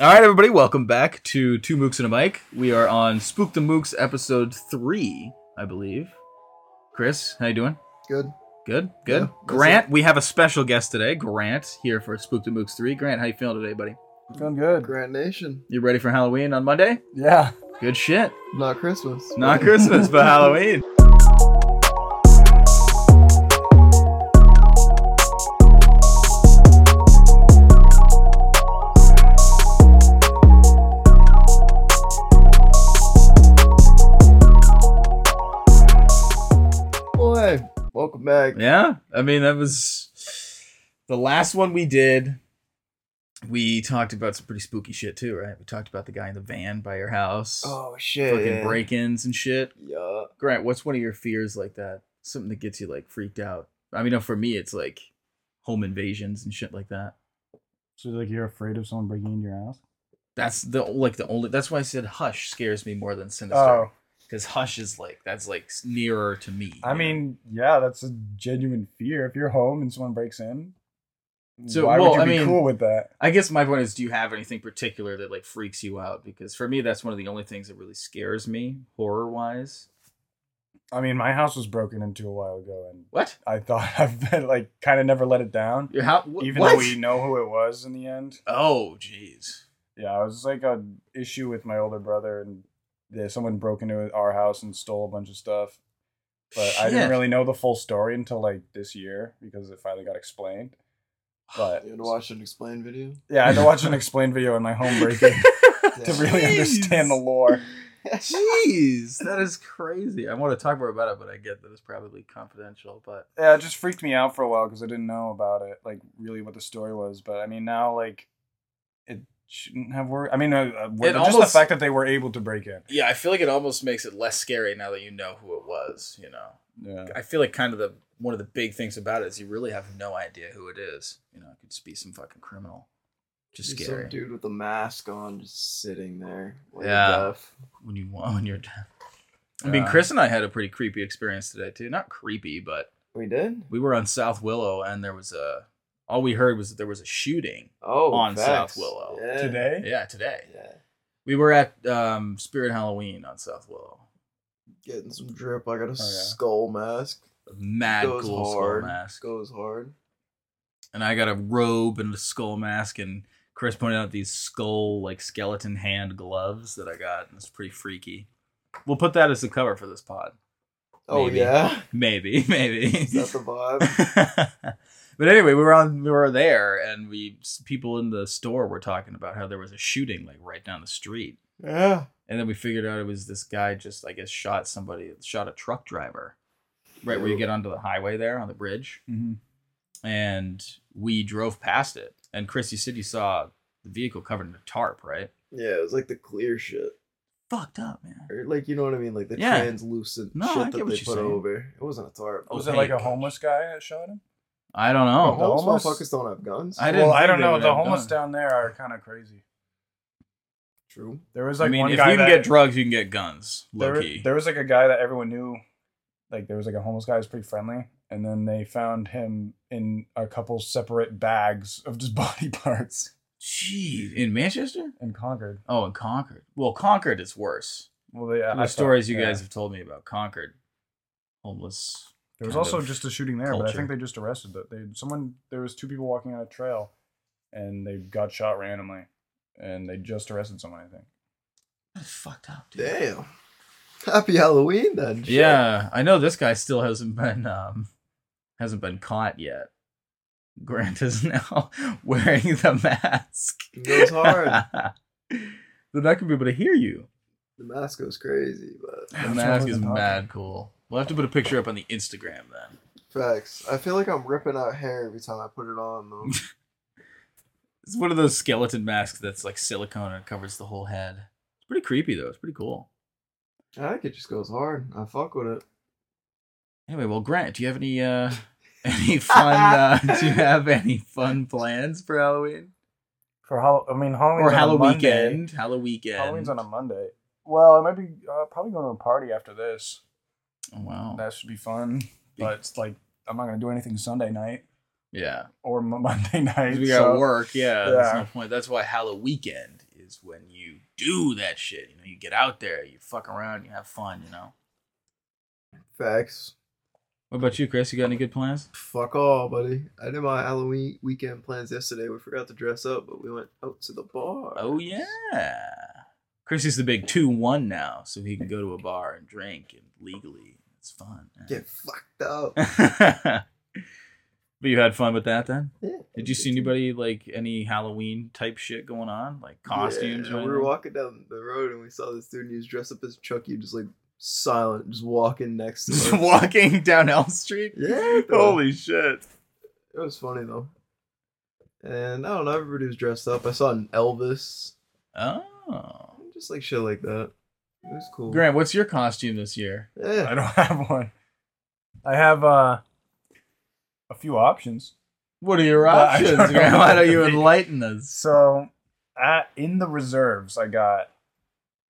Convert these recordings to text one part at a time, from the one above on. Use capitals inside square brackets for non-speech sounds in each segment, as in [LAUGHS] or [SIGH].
All right, everybody, welcome back to Two Mooks and a Mic. We are on Spook the Mooks episode three, I believe. Chris, how you doing? Good. Good, good. Yeah, that's Grant, we have a special guest today. Grant here for Spook the Mooks three. Grant, how you feeling today, buddy? Feeling good. Grand Nation. You ready for Halloween on Monday? Yeah. Good shit. Not Christmas. Not Christmas, but [LAUGHS] Halloween. Oh, Boy, welcome back. Yeah, I mean that was the last one we did. We talked about some pretty spooky shit too, right? We talked about the guy in the van by your house, Oh shit. fucking yeah. break-ins and shit. Yeah. Grant, what's one of your fears like that? Something that gets you like freaked out? I mean, no, for me, it's like home invasions and shit like that. So like you're afraid of someone breaking into your house? That's the like the only. That's why I said Hush scares me more than Sinister Oh, because Hush is like that's like s- nearer to me. I you know? mean, yeah, that's a genuine fear. If you're home and someone breaks in, So, why well, would you I be mean- cool with that? I guess my point is, do you have anything particular that like freaks you out? Because for me, that's one of the only things that really scares me horror wise. I mean, my house was broken into a while ago, and What? I thought [LAUGHS] I've been like kind of never let it down, Your house? Wh- even what? though we know who it was in the end. oh, jeez. Yeah, it was like a issue with my older brother, and yeah, someone broke into our house and stole a bunch of stuff. But I Shit. [LAUGHS] didn't really know the full story until like this year because it finally got explained. But You want to watch an explain [LAUGHS] [LAUGHS] video? Yeah, I had to watch [LAUGHS] an explained video in my home breaking [LAUGHS] to really Jeez. understand the lore. Jeez, that is crazy. I want to talk more about it, but I get that it's probably confidential. But Yeah, it just freaked me out for a while because I didn't know about it, like really what the story was. But I mean, now like it shouldn't have worked. I mean, uh, uh, It just the almost- fact that they were able to break in. yeah, I feel like it almost makes it less scary now that you know who it was. You know, Yeah, I feel like kind of the one of the big things about it is you really have no idea who it is. You know, it could just be some fucking criminal. Just There's scary. Some dude with a mask on, just sitting there. like Yeah. deaf. when you want when you're done. I mean, Yeah. Chris and I had a pretty creepy experience today too. Not creepy, but We did. we were on South Willow and there was a all we heard was that there was a shooting. Oh, On facts. South Willow. Uh, Yeah. today. Yeah, today. Yeah. We were at um, Spirit Halloween on South Willow. Getting some drip. I got a yeah. skull mask. Mad Goes Oh, cool hard. skull mask. Goes hard. And I got a robe and a skull mask and Chris pointed out these skull like skeleton hand gloves that I got and it's pretty freaky. We'll put that as the cover for this pod. Oh Maybe. [LAUGHS] yeah. Maybe, maybe. Is that the vibe? [LAUGHS] but anyway, we were on we were there, and we people in the store were talking about how there was a shooting like right down the street, yeah. and then we figured out it was this guy just I guess shot somebody, shot a truck driver, right where you Ooh. get onto the highway there on the bridge, Mm-hmm. and we drove past it, and Chris, you said you saw the vehicle covered in a tarp, right? Yeah. It was like the clear shit. Fucked up, man. Or like you know what I mean, like the Yeah. translucent No, I shit get that what they you're put saying. over. It wasn't a tarp. Oh, Was hey, it like a gosh. homeless guy that shot him? I don't The know. homeless, homeless- motherfuckers don't have guns. I didn't well, I think don't they know. would The have homeless done. down there are kind of crazy. True. There was I like mean, one if you guy can that get drugs, you can get guns. Low there, key. there was like a guy that everyone knew like there was like a homeless guy who was pretty friendly and then they found him in a couple separate bags of just [LAUGHS] body parts Jeez, in Manchester. in concord Oh, and Concord. Well, Concord is worse. well they, uh, I the thought- stories you yeah. guys have told me about Concord, homeless. there was kind also of just a shooting there but i culture. think they just arrested that they someone there was two people walking on a trail and they got shot randomly and they just arrested someone i think That's fucked up, dude. Damn. Happy Halloween then. shit. Yeah, I know this guy still hasn't been um hasn't been caught yet. Grant is [LAUGHS] now wearing the mask. It goes [LAUGHS] hard. They're not gonna be able to hear [SIGHS] you. the mask goes crazy, but The That's what I mask was is talking. mad cool. We'll have to put a picture up on the Instagram then. facts. I feel like I'm ripping out hair every time I put it on though. [LAUGHS] It's one of those skeleton masks that's like silicone and covers the whole head. It's pretty creepy though. It's pretty cool. I think it just goes hard. I fuck with it. Anyway, well, Grant, do you have any uh [LAUGHS] any fun? uh, [LAUGHS] do you have any fun plans for Halloween for Hall- i mean halloween or Halloween weekend? Halloween weekend. halloween's on a monday well i might be uh, probably going to a party after this Oh, wow. that should be fun but it's like I'm not gonna do anything Sunday night yeah, or Mo- Monday [LAUGHS] 'Cause night. we got so- work. Yeah, that's Yeah. no point. That's why Halloween weekend is when you do that shit. You know, you get out there, you fuck around, you have fun. You know. Facts. What about you, Chris? You got any good plans? Fuck all, buddy. I did my Halloween weekend plans yesterday. We forgot to dress up, but we went out to the bar. Oh yeah. Chris is the big two one now, so he can go to a bar and drink and legally. It's fun. man. Get [LAUGHS] fucked up. but you had fun with that then? Yeah. Did you see anybody like any Halloween type shit going on? Like costumes Yeah, or we anything? were walking down the road and we saw this dude and he was dressed up as Chucky, just like silent, just walking next to Just [LAUGHS] us. walking down Elm Street? yeah. Holy. Holy shit. It was funny though. And I don't know, everybody was dressed up. I saw an Elvis, Oh. just like shit like that. It was cool. Grant, what's your costume this year? Yeah. I don't have one. I have uh, a few options. What are your Uh, I options, don't know Grant? Why what don't to [LAUGHS] you be. enlighten us? So, at, in the reserves, I got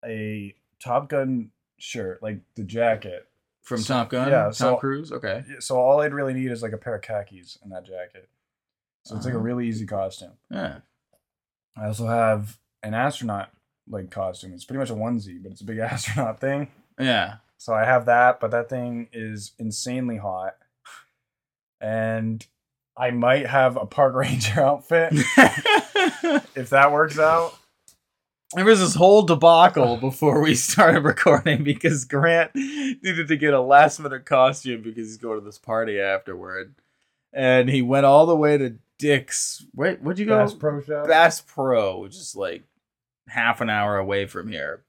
a Top Gun shirt, like the jacket. From So- Top Gun? yeah, Tom so- Cruise? Okay. Yeah, So all I'd really need is like a pair of khakis and that jacket. So it's like a Uh-huh. really easy costume. Yeah. I also have an astronaut like costume. It's pretty much a onesie, but it's a big [LAUGHS] astronaut thing. Yeah. So I have that, but that thing is insanely hot. And I might have a park [LAUGHS] ranger outfit if that works out. [LAUGHS] there was this whole debacle before we started recording because Grant needed to get a last minute costume because he's going to this party afterward. And he went all the way to Dick's. Wait, what'd [LAUGHS] you go? Bass Pro Shop. Bass Pro, which is like half an hour away from here,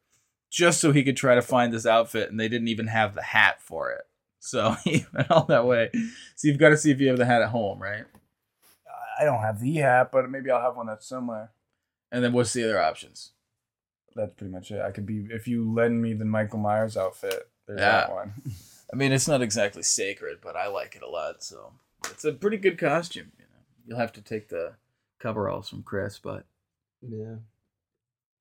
just so he could try to find this outfit. And they didn't even have the hat for it. So [LAUGHS] he went all that way. So you've got to see if you have the hat at home, right? I don't have the hat, but maybe I'll have one that's similar. And then what's the other options? That's pretty much it. I could be if you lend me the Michael Myers outfit. There's that Yeah. one. [LAUGHS] I mean, it's not exactly sacred, but I like it a lot. So it's a pretty good costume. You know, you'll have to take the coveralls from Chris, but [LAUGHS] Yeah.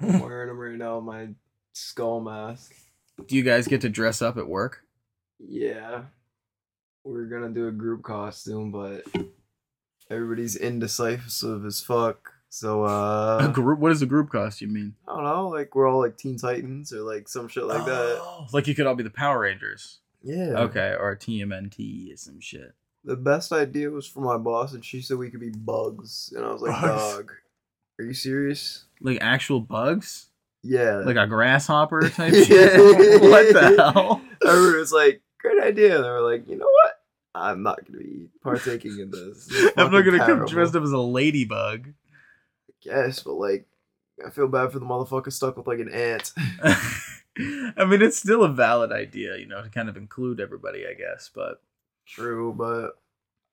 I'm wearing them right now, my skull mask. do you guys get to dress up at work? Yeah. We're gonna do a group costume, but everybody's indecisive as fuck. So uh a group? What does a group costume mean? I don't know, like we're all like Teen Titans or like some shit [GASPS] like that. Oh, Like you could all be the Power Rangers. Yeah. Okay, or TMNT or some E shit. The best idea was from my boss and she said we could be bugs and I was like, Bugs? Dog, are you serious? Like actual bugs? Yeah. [LAUGHS] Like [LAUGHS] a grasshopper type Yeah. shit? [LAUGHS] what [LAUGHS] the hell? Everyone was like, Great idea. And they were like, you know what? I'm not gonna be partaking in this. This is [LAUGHS] I'm not fucking gonna come terrible." dressed up as a ladybug. [LAUGHS] Yes, but like, I feel bad for the motherfucker stuck with like an ant. [LAUGHS] I mean, it's still a valid idea, you know, to kind of include everybody, I guess. But True, but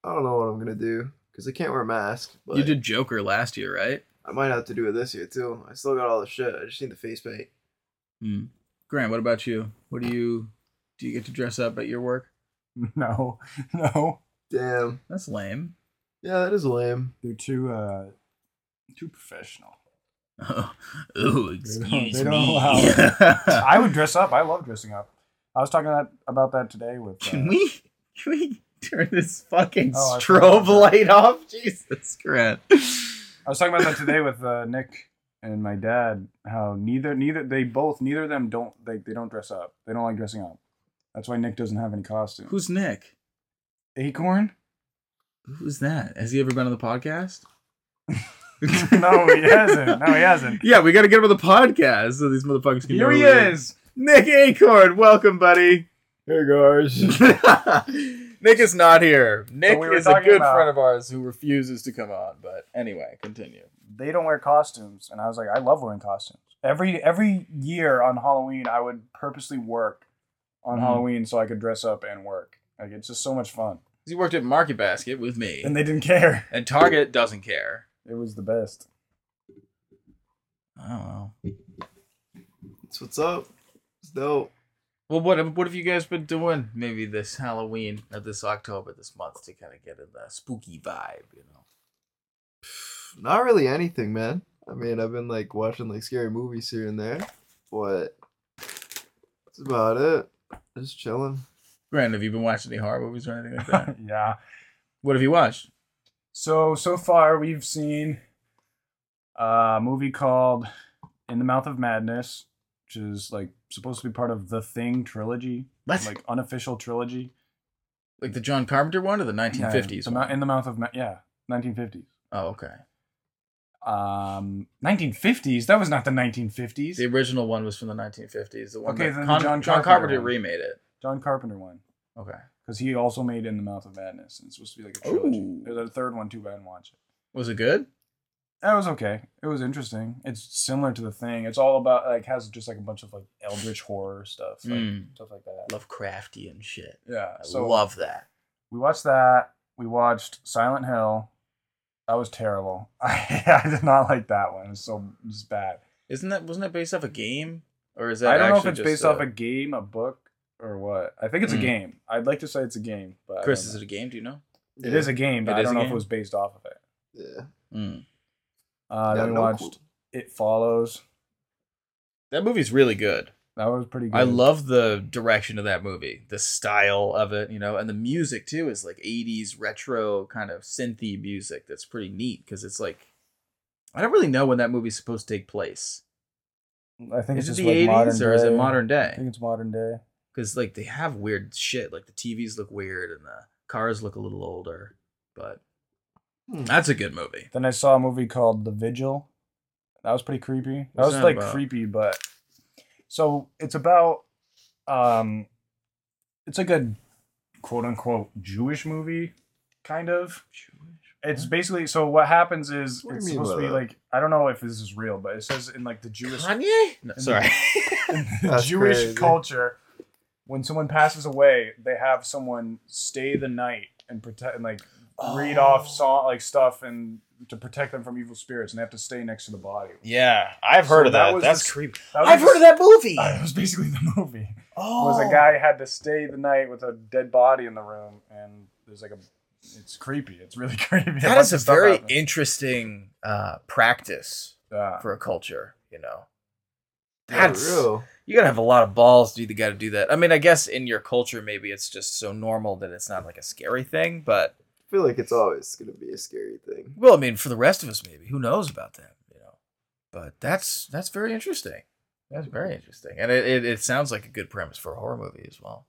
I don't know what I'm gonna do because I can't wear a mask. But you did Joker last year, right? I might have to do it this year too. I still got all the shit. I just need the face paint. Mm. Grant, what about you? What do you do? You get to dress up at your work? No, no. Damn. That's lame. [LAUGHS] Yeah, that is lame. They're too uh too professional. [LAUGHS] Oh, excuse me. [LAUGHS] I would dress up. I love dressing up. I was talking that, about that today with. Uh, can we? Can we turn this fucking Oh, I strobe forgot about light off? Jesus, Grant. I was talking about that today with uh, Nick and my dad. How neither neither they both neither of them don't they they don't dress up. They don't like dressing up. That's why Nick doesn't have any costume. Who's Nick? Acorn? Who's that? Has he ever been on the podcast? [LAUGHS] no, he hasn't. No, he hasn't. Yeah, we got to get him on the podcast so these motherfuckers can. Here know he who it is. Nick Acorn. Welcome, buddy. Hey guys. [LAUGHS] Nick is not here. Nick we were is a talking good about- friend of ours who refuses to come on. But anyway, continue. They don't wear costumes, and I was like, I love wearing costumes. Every every year on Halloween, I would purposely work on Mhm. Halloween so I could dress up and work. Like it's just so much fun. He worked at Market Basket with me, And they didn't care. and Target doesn't care. It was the best. [LAUGHS] I don't know. That's what's up. It's dope. Well, what have- what have you guys been doing? Maybe this Halloween, or this October, this month to kind of get in the spooky vibe, you know. Not really anything, man. I mean, I've been like watching like scary movies here and there, but that's about it. Just chilling. Grant, have you been watching any horror movies or anything like that? yeah. [LAUGHS] what have you watched? So so far we've seen a movie called In the Mouth of Madness, which is like supposed to be part of the Thing trilogy, What? Like, like unofficial trilogy. the John Carpenter one or the 1950s Yeah, the one? Mou- in the Mouth of Ma- yeah, 1950s. oh, okay. Um, 1950s. That was not the 1950s. The original one was from the 1950s. The one Okay, that then the Con- John John Carpenter Carpenter one. remade it. John Carpenter one. Okay. because he also made In the Mouth of Madness. And it's supposed to be like a trilogy. Ooh. There's a third one too, but I didn't watch it. Was it good? That was okay. It was interesting. It's similar to the thing. It's all about like has just like a bunch of like eldritch horror stuff, like, Mm. stuff like that. Lovecraftian shit. Yeah. I So love that. we watched that. We watched Silent Hill. That was terrible. [LAUGHS] I, I did not like that one. It was so it was bad. Isn't that wasn't that based off a game or is that I don't know if actually it's just uh, based a- off a game, a book, or what. I think it's Mm. a game. I'd like to say it's a game, but I Chris? don't Is know. it a game? Do you know? It is a game, but It I is a don't know if game? it was based off of it. Yeah. Mm. Uh, Yeah, then we no watched clue. It Follows. That movie's really good. That was pretty good. I love the direction of that movie, the style of it, you know, and the music too is like 80s retro kind of synthy music that's pretty neat because it's like I don't really know when that movie's supposed to take place. I think Is it's it just the like modern 80s or is it day. modern I think day? it's modern day. Because like they have weird shit, like the TVs look weird and the cars look a little older, but Hmm. that's a good movie. Then I saw a movie called The Vigil. That was pretty creepy. That What's was that like about? creepy, but so it's about um, it's like a quote unquote Jewish movie, kind of. It's basically so what happens is What do it's you mean supposed to by be that? like I don't know if this is real, but it says in like the Jewish Kanye? No, And the- sorry. in the That's Jewish crazy. culture, when someone passes away, they have someone stay the night and protect and like read Oh. off song like stuff and to protect them from evil spirits, and they have to stay next to the body. [LAUGHS] Yeah, I've So heard of that that. was That's the- creepy. That was I've heard of that movie. [LAUGHS] That was basically the movie. Oh, Was a guy had to stay the night with a dead body in the room, and there's like a. It's creepy. It's really [LAUGHS] creepy. That bunch is a of stuff very happens. interesting uh, practice Yeah. for a culture, you know. Yeah, That's real. you gotta have a lot of balls to be the guy to do that. I mean, I guess in your culture, maybe it's just so normal that it's not like a scary thing. But I feel like it's always gonna be a scary thing. well, I mean, for the rest of us, maybe who knows about that, you know? But that's that's very interesting. That's very interesting, and it, it, it sounds like a good premise for a horror movie as well.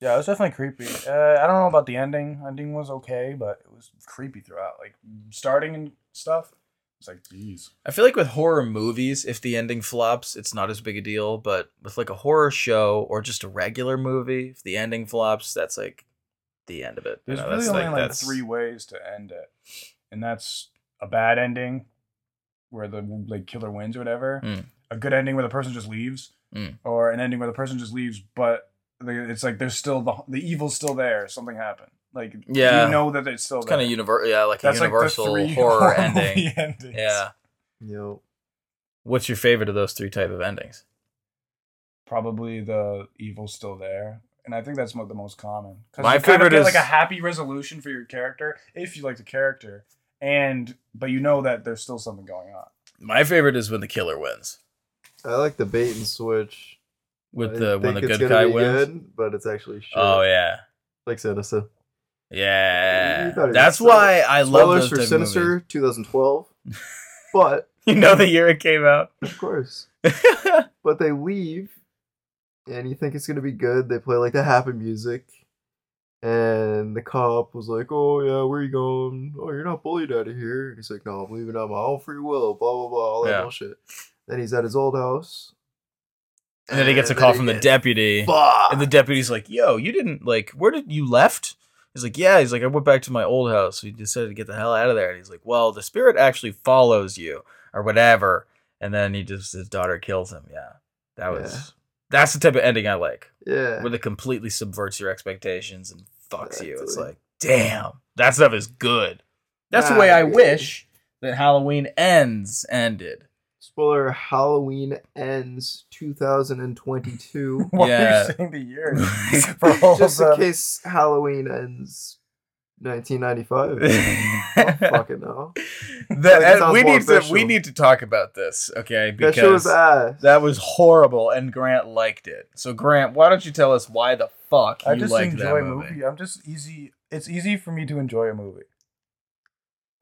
Yeah, it was definitely creepy. Uh, I don't know about the ending. Ending was okay, but it was creepy throughout. Like starting and stuff. It's like, jeez. I feel like with horror movies, if the ending flops, it's not as big a deal. But with like a horror show or just a regular movie, if the ending flops, that's like the end of it. You There's know, really that's only like, that's- three ways to end it, and that's a bad ending, where the like killer wins or whatever. Mm. A good ending where the person just leaves, Mm. or an ending where the person just leaves, but the, it's like there's still the the evil's still there. Something happened. Like Yeah. you know that it's still It's kind of universal, yeah, like a That's universal like the three [LAUGHS] horror, ending. movie endings. Yeah. Yo. What's your favorite of those three type of endings? probably the evil's still there. And I think that's mo- the most common. 'Cause My you kind of favorite get, is- like a happy resolution for your character if you like the character, and but you know that there's still something going on. [LAUGHS] My favorite is when the killer wins. I like the bait and switch. With I the when think the it's good gonna guy be wins. good, but it's actually shit. Oh yeah. Like Sinister. You thought it Yeah. was That's silly. why I love Spoilers those for type of Sinister, movies. 2012. but [LAUGHS] You know the year it came out. [LAUGHS] of course, but they leave, and you think it's gonna be good. They play like the happy music, and the cop was like, "Oh yeah, where you going? Oh, you're not bullied out of here." And he's like, "No, I'm leaving on my own free will." Blah blah blah, all that Yeah. bullshit. Then he's at his old house, and then he gets a call from the dead. deputy. And the deputy's like, "Yo, you didn't like. Where did you left?" He's like, "Yeah." He's like, "I went back to my old house. We decided to get the hell out of there." And he's like, "Well, the spirit actually follows you, or whatever." And then he just his daughter kills him. Yeah, that was Yeah. that's the type of ending I like, Yeah. where it completely subverts your expectations and fucks you. It's Exactly. like, damn, that stuff is good. That's the Ah, way I good. wish that Halloween ends [LAUGHS] ended. Spoiler: Halloween ends 2022. Why are Yeah. you saying the year for Oh, all Just of in them? case Halloween ends 1995. [LAUGHS] Fucking hell. The- Like, it sounds we more need to official. we need to talk about this, okay? That Because shit was ass. that was horrible, and Grant liked it. So Grant, why don't you tell us why the fuck I you just liked that enjoy movie? movie. I'm just easy. It's easy for me to enjoy a movie.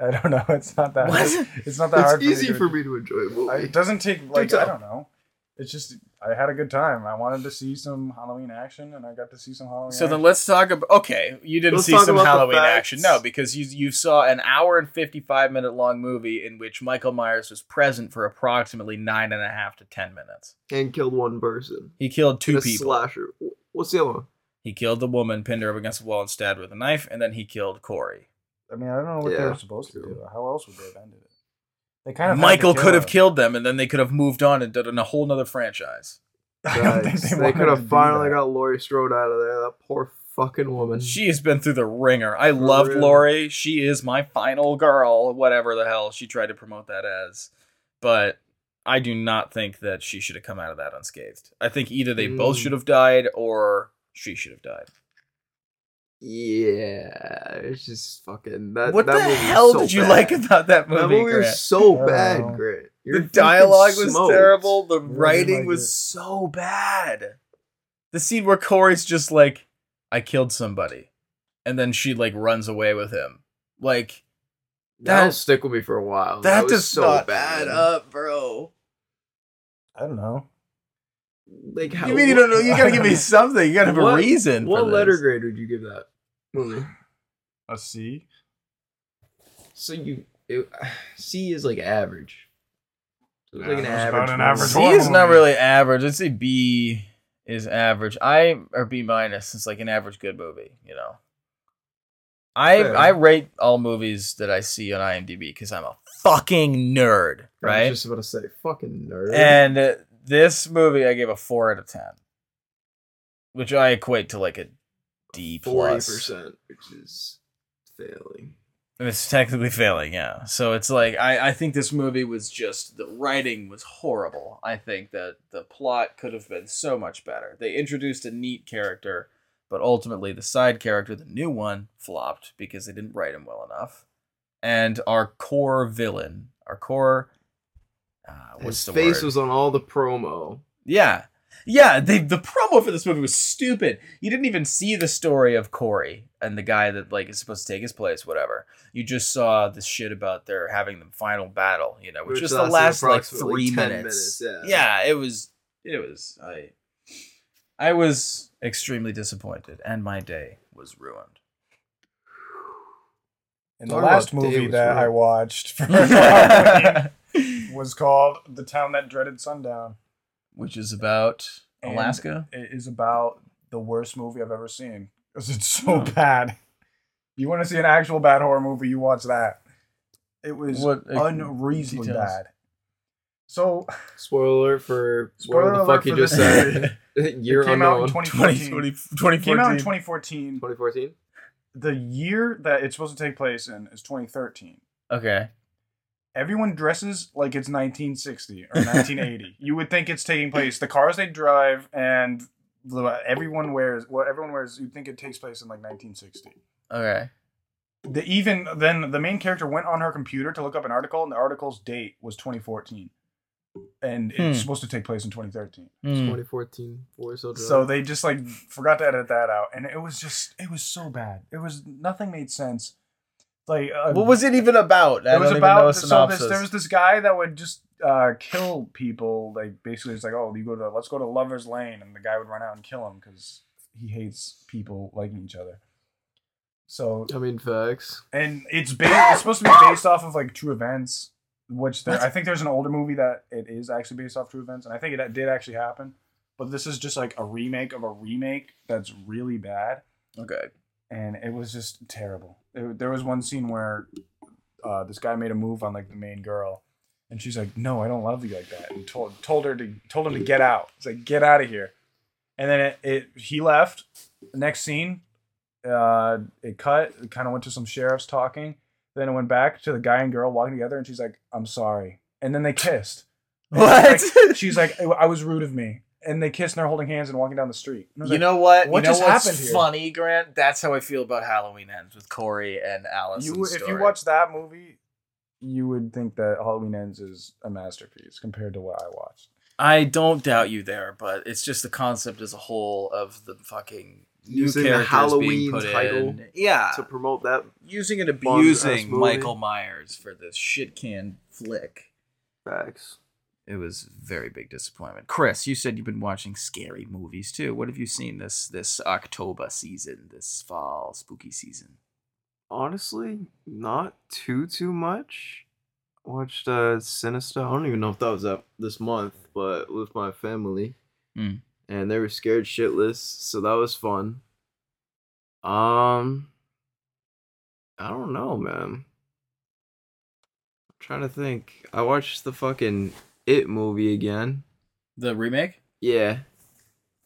I don't know. [LAUGHS] It's not that. What? It's not that hard. It's easy to- for me to enjoy a movie. I- It doesn't take like tell. I don't know. It's just I had a good time. I wanted to see some Halloween action, and I got to see some [LAUGHS] Halloween. So then action. let's talk about. Okay, you didn't Let's see talk some about the Halloween facts. action, no, because you you saw an hour and fifty five minute long movie in which Michael Myers was present for approximately nine and a half to ten minutes. and killed one person. He killed two In a people. slasher. What's the other [LAUGHS] one? He killed the woman, pinned her up against the wall, and stabbed her with a knife, and then he killed Corey. I mean, I don't know what they Yeah, were supposed to true. do. How else would they have ended it? They kind of had to Michael kill could have her. killed them, and then they could have moved on and done a whole nother franchise. [LAUGHS] I don't think Guys, they they, wanted could to have do finally that. got Laurie Strode out of there. That poor fucking woman. She has been through the ringer. I loved real. Lori. She is my final girl, whatever the hell she tried to promote that as. But I do not think that she should have come out of that unscathed. I think either they both Mm. should have died or she should have died. yeah, it's just fucking that. what that the movie was hell so did you bad. like about that that movie? movie? Grant? Oh. was so I don't know. bad, Grant. You're the fucking dialogue was smoked. terrible. The I didn't writing like was it. so bad. The scene where Corey's just like, "I killed somebody," and then she like runs away with him. Like That'll That- stick with me for a while. that was does so not bad. add up, bro. I don't know. Like, how, you mean you don't know? You gotta [LAUGHS] give [LAUGHS] me something. You gotta have What- a reason. for What this. letter grade would you give that movie? A C. So you it, [SIGHS] C is like average. It was like an Yeah, that's average. about an movie. average C horror is not movie. really average. I'd say B is average. I or B minus is like an average good movie. You know. I Fair. I rate all movies that I see on IMDb because I'm a fucking nerd, I right? was just about to say, fucking nerd. And uh, this movie, I gave a four out of ten, which I equate to like a D plus. percent, which is failing. And It's technically failing, yeah. So it's like I, I think this movie was just the writing was horrible. I think that the plot could have been so much better. They introduced a neat character, but ultimately the side character, the new one, flopped because they didn't write him well enough. And our core villain, our core, uh, what's His the face word? was on all the promo. Yeah. Yeah, they, the promo for this movie was stupid. You didn't even see the story of Corey and the guy that like is supposed to take his place, whatever. You just saw this shit about their having the final battle, you know, which, Which was the lasted last like approximately three 10 minutes. minutes, yeah. it was. It was. I. I was extremely disappointed, and my day was [LAUGHS] ruined. [LAUGHS] And the Talk last about Dave movie was that real. I watched for [LAUGHS] Halloween [LAUGHS] was called "The Town That Dreaded Sundown." which is about And Alaska. It is about the worst movie I've ever seen because it's so Hmm. bad. You want to see an actual bad horror movie? You watch that. It was What- uh, unreasonably details. bad. So Spoiler for Spoiler whatever the fuck alert you for just this [LAUGHS] [LAUGHS] said. [LAUGHS] Year it came out in unknown. [LAUGHS] 2014. It came out in 2014. 2014. 2014. The year that it's supposed to take place in is 2013. Okay. Everyone dresses like it's 1960 [LAUGHS] or 1980. you would think it's taking place. The cars they drive and the, everyone wears what everyone wears. You'd think it takes place in like 1960. Okay. The, even then, the main character went on her computer to look up an article, and the article's date was 2014, and Hmm. it's supposed to take place in 2013. Hmm. 2014. Boy, so So they just like forgot to edit that out, and it was just it was so bad. It was nothing made sense. Like uh, What was it even about? I it was don't about even know a so this, synopsis. there was this guy that would just uh, kill people. Like basically, it's like oh, you go to let's go to Lover's Lane, and the guy would run out and kill him because he hates people liking each other. So I mean, facts. and it's ba- it's supposed to be based off of like true events, which there, I think there's an older movie that it is actually based off true events, and I think it did actually happen. But this is just like a remake of a remake that's really bad okay. and it was just terrible. It, there was one scene where uh, this guy made a move on like the main girl, and she's like, "No, I don't love you like that," and told told her to told him to get out. It's like, "Get out of here," and then it, it he left. The next scene, uh, it cut. It kind of went to some sheriffs talking. Then it went back to the guy and girl walking together, and she's like, "I'm sorry," and then they kissed. And What? She's like, she's like, "I I was rude of me," and they kissed and they're holding hands and walking down the street. And I was [LAUGHS] You like, know what? what you know just what's happened here? funny, Grant? That's how I feel about Halloween Ends with Corey and Alice. you, if you watch that movie, you would think that Halloween Ends is a masterpiece compared to what I watched. I don't doubt you there, but it's just the concept as a whole of the fucking using the characters Halloween being put title in. Yeah, to promote that using and Bond-ass abusing movie. Michael Myers for this shit can flick. facts. It was a very big disappointment. Chris, you said you've been watching scary movies too. What have you seen this this October season, this fall spooky season? Honestly, not too too much. Watched uh Sinister. I don't even know if that was up this month, but with my family, Mm. and they were scared shitless, so that was fun. Um, I don't know, man. I'm trying to think. I watched the fucking It movie again. The remake, Yeah.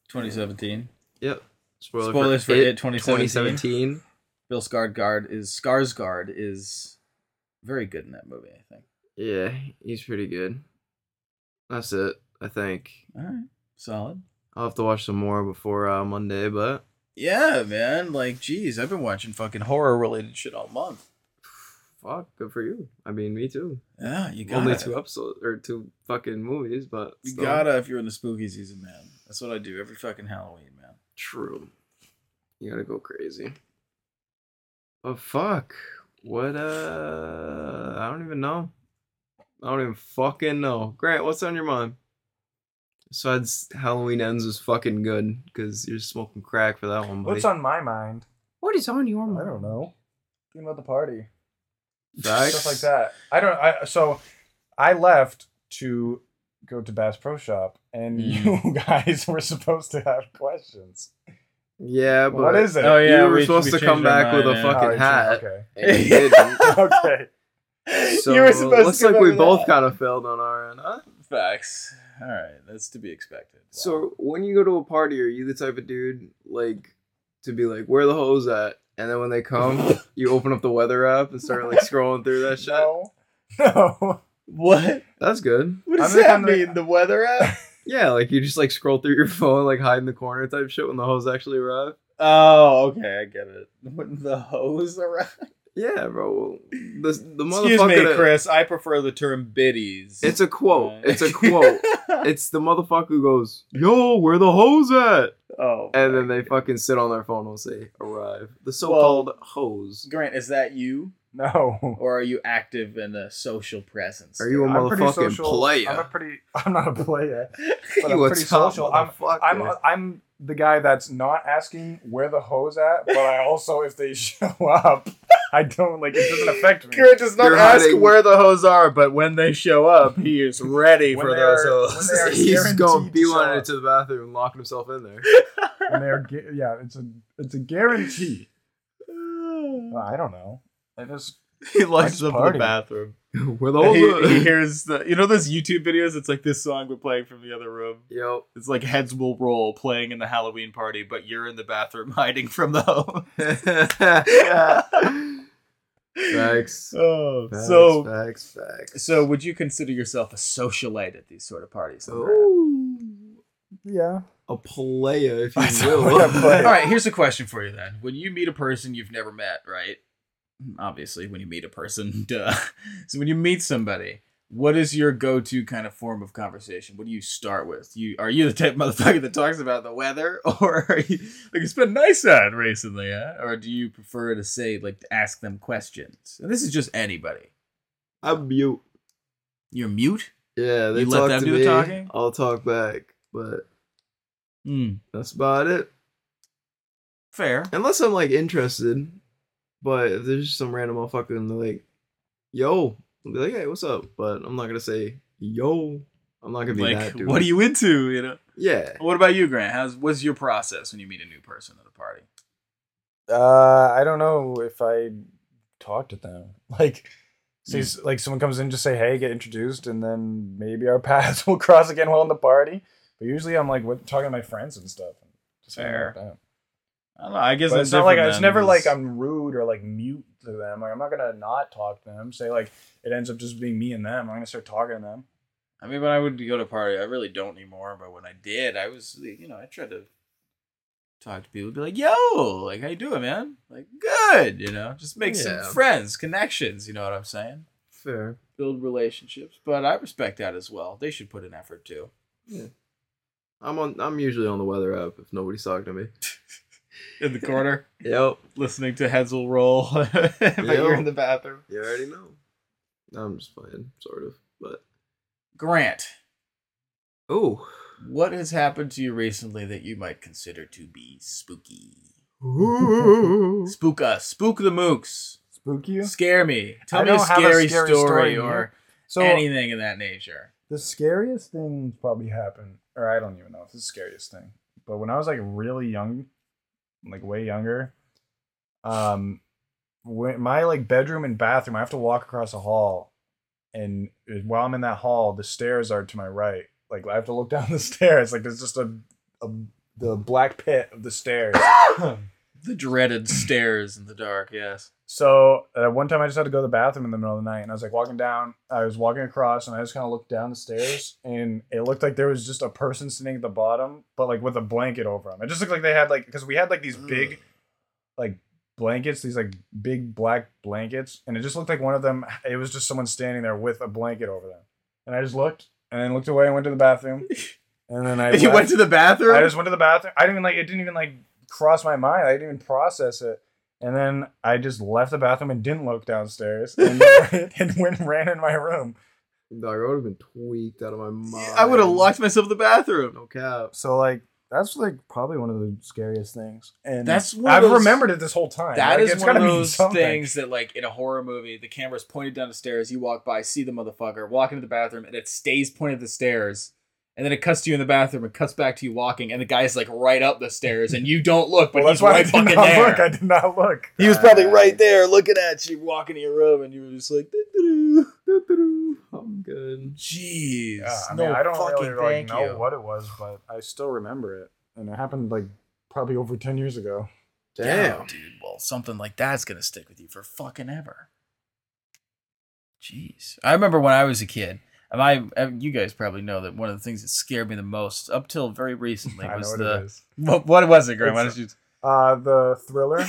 2017. Yep. Spoilers for It 2017. 2017. Bill Skarsgård is Skarsgård is very good in that movie. I think. Yeah, he's pretty good. That's it, I think. All right, solid. I'll have to watch some more before uh, Monday, but Yeah, man. Like, geez, I've been watching fucking horror related shit all month. fuck, good for you. I mean, me too. Yeah, you got Only it. two episodes or two fucking movies, but You still. gotta if you're in the spooky season, man. That's what I do every fucking Halloween, man. True. You gotta go crazy. But fuck, what? Uh, I don't even know. I don't even fucking know. Grant, what's on your mind? Besides, Halloween ends was fucking good because you're smoking crack for that one. Buddy. What's on my mind? What is on your I don't know. Thinking about the party. Facts. [LAUGHS] Stuff like that. I don't. I so I left to go to Bass Pro Shop, and Hmm. Mm. you [LAUGHS] guys were supposed to have questions. Yeah, but what is it? Oh, yeah, you were we- supposed we to come changed our back with mind, a yeah. fucking hat. Okay. and [LAUGHS] you didn't. okay. [LAUGHS] So you were supposed looks to come like we up with both that. kind of failed on our end, huh? Facts. All right, that's to be expected. Wow. So when you go to a party, are you the type of dude like to be like, "Where the hoes at?" And then when they [LAUGHS] come, you open up the weather app and start like scrolling through [LAUGHS] that shit. No. No. [LAUGHS] what? That's good. What does I'm the that kind that- mean, The weather [LAUGHS] app? Yeah, like you just like scroll through your [LAUGHS] phone, like hide in the corner type shit when the hoes actually arrive. oh, okay, I get it. When the hose around. Yeah, bro. The the Excuse motherfucker. me, that- Chris. I prefer the term biddies. It's a quote. It's [LAUGHS] a quote. oh, it's the motherfucker who goes, "Yo, where the hoes at?" And then my they God. fucking sit on their phone and say, "Arrive." The so-called hoes. Grant, is that you, No. or are you active in a social presence? Are you a I'm pretty motherfucking social. player? I'm a pretty. I'm not [LAUGHS] a player. but I'm you a pretty top social. I'm- motherfucker. I'm. I'm the guy that's not asking where the hoes at, but I also, if they [LAUGHS] show up, I don't like. It doesn't affect me. [LAUGHS] Grant does not You're ask hiding- where the hoes are, but when they show up, he [LAUGHS] is ready When for they those are- hoes. when they are He's guaranteed going to show beelining up. to the bathroom, and locking himself in [LAUGHS] there. and they're gu- yeah, it's a it's a guarantee. Well, I don't know. I just [LAUGHS] he likes up in the partying. bathroom. Where the He, he hoes at? hears the you know those YouTube videos. It's like this song we're playing from the other room. [LAUGHS] Yo, [LAUGHS] It's like heads will roll playing in the Halloween party, but you're in the bathroom [LAUGHS] hiding from the home. facts. Oh, Facts, so facts, facts. so would you consider yourself a socialite at these sort of parties? then, Brad? Oh, Ooh, yeah. a player, if [LAUGHS] I you don't will. wanna play. All right, here's a question for you then. When you meet a person you've never met, right? Obviously, when you meet a person, [LAUGHS] duh. So when you meet somebody, what is your go-to kind of form of conversation? What do you start with? You are you the type of motherfucker that talks about the weather, [LAUGHS] or are you like it's been nice out recently, huh? Or do you prefer to say like to ask them questions? And this is just anybody. [LAUGHS] I'm mute. You're mute. Yeah, they You let talk them to do the me. talking? I'll talk back, but Hmm. that's about it. fair. Unless I'm like interested, but if there's just some random motherfucker and they're like, "Yo," I'll be like, "Hey, what's up?" But I'm not gonna say "Yo." I'm not gonna be Like, that dude. what are you into? You know. Yeah, What about you, Grant? How's what's your process when you meet a new person at a party? Uh, I don't know if I talk to them. [LAUGHS] Like, see, s like someone comes in, just say hey, get introduced, and then maybe our [LAUGHS] paths will cross again while in the party. But usually, I'm like with, talking to my friends and stuff. And just hanging Fair. out with them. I don't know. I guess But I'm it's not like different it's then, never like because- I'm rude or like mute to them. Like I'm not gonna not talk to them. Say like it ends up just being me and them. I'm gonna start talking to them. I mean, when I would go to party, I really don't anymore. But when I did, I was, you know, I tried to talk to people, be like, "Yo, like, how you doing, man? Like, good, you know, just make Yeah. some friends, connections. You know what I'm saying? fair. Build relationships. But I respect that as well. They should put in effort too. I'm on. I'm usually on the weather app if nobody's talking to me. in the corner [LAUGHS] Yep. listening to Hensel roll, [LAUGHS] but you're in the bathroom. You already know. I'm just playing, sort of. But Grant, oh, what has happened to you recently that you might consider to be spooky? Spook us, spook the mooks, Spook you? scare me. Tell I me a don't have a scary, scary story, story or here. So anything in that nature. the scariest thing probably happened, or I don't even know if it's the scariest thing, but when I was like really young, like way younger, um, when my like bedroom and bathroom, I have to walk across a hall, and while I'm in that hall, the stairs are to my right. Like I have to look [LAUGHS] down the stairs. Like there's just a, a the black pit of the stairs. The [CLEARS THROAT] dreaded stairs in the dark. Yes. So uh, one time I just had to go to the bathroom in the middle of the night, and I was like walking down. I was walking across, and I just kind of looked down the stairs, and it looked like there was just a person sitting at the bottom, but like with a blanket over them. It just looked like they had like because we had like these big, like blankets, these like big black blankets, and it just looked like one of them. It was just someone standing there with a blanket over them, and I just looked and then looked away and went to the bathroom, and then [LAUGHS] [LAUGHS] I you left. went to the bathroom. I just went to the bathroom. I didn't even like it didn't even like cross my mind. I didn't even process it. And then I just left the bathroom and didn't [LAUGHS] look downstairs and, uh, and went and ran in my room. [LAUGHS] dog, I would have been tweaked out of my mind. I would have locked myself in the bathroom. No cap. So like that's like probably one of the scariest things. And That's one I've of those- remembered it this whole time. That Like, is it's one of gotta mean those something. things that, like, in a horror movie, the camera's pointed down the stairs. You walk by, see the motherfucker, walk into the bathroom, and it stays pointed at the stairs. And then it cuts to you in the bathroom, and cuts back to you walking, and the guy's like right up the stairs, and you don't look, but Well, that's he's why I right did fucking not there. look. I did not look. He was probably right there, looking at you, walking to your room, and you were just like, "Doo-doo-doo." I'm good. "Jeez, Yeah, I no mean, I don't fucking really like, thank know you." what it was, but I still remember it. And it happened like probably over 10 years ago. Damn, dude. Well, something like that's gonna stick with you for fucking ever. Jeez, I remember when I was a kid. And I, uh, you guys probably know that one of the things that scared me the most up till very recently [LAUGHS] I know was what it the is. [LAUGHS] what, what was it, Graham? Why It's- don't you? Uh, the [LAUGHS] Thriller.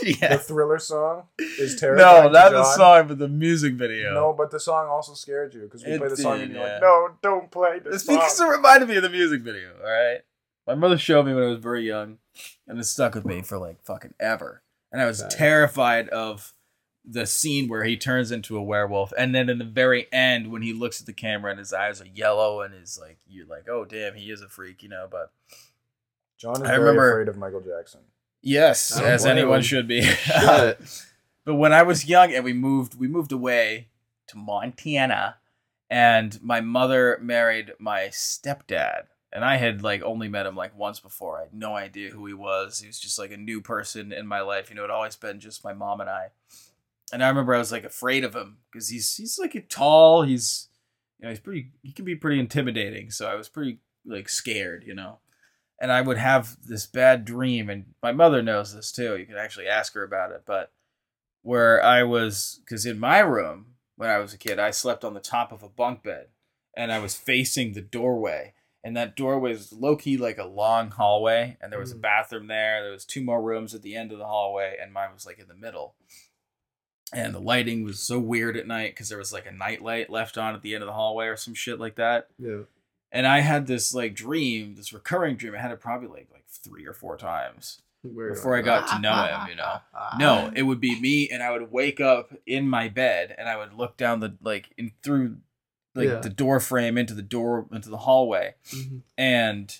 the yeah, Thriller song is terrifying. no, to not the John. song, but the music video. No, but the song also scared you because we It played the song did, and you're yeah. like, no, don't play this It's song. because it reminded me of the music video, alright? My mother showed me when I was very young, and it stuck with me for like fucking ever. And I was Right. terrified of the scene where he turns into a werewolf, and then in the very end when he looks at the camera and his eyes are yellow and is like you're like, oh damn, he is a freak, you know, but John is I very remember- afraid of Michael Jackson. Yes, Oh, as wow. anyone should be. Shit. [LAUGHS] but when I was young and we moved we moved away to Montana and my mother married my stepdad and I had like only met him like once before. I had no idea who he was. He was just like a new person in my life. You know, it always been just my mom and I. And I remember I was like afraid of him because he's he's like tall. He's you know he's pretty. He can be pretty intimidating. So I was pretty like scared. You know, and I would have this bad dream, and my mother knows this too. You can actually ask her about it, but where I was because in my room when I was a kid, I slept on the top of a bunk bed, and I was facing the doorway. And that doorway was low key like a long hallway, and there was a Mm. bathroom there. There was two more rooms at the end of the hallway, and mine was like in the middle. And the lighting was so weird at night because there was like a night light left on at the end of the hallway or some shit like that Yeah. and I had this like dream, this recurring dream. I had it probably like like three or four times. Weird. Before I got to know him, you know. Ah. No, it would be me, and I would wake up in my bed, and I would look down the like in through like Yeah. the door frame into the door into the hallway, Mm-hmm. Mhm. and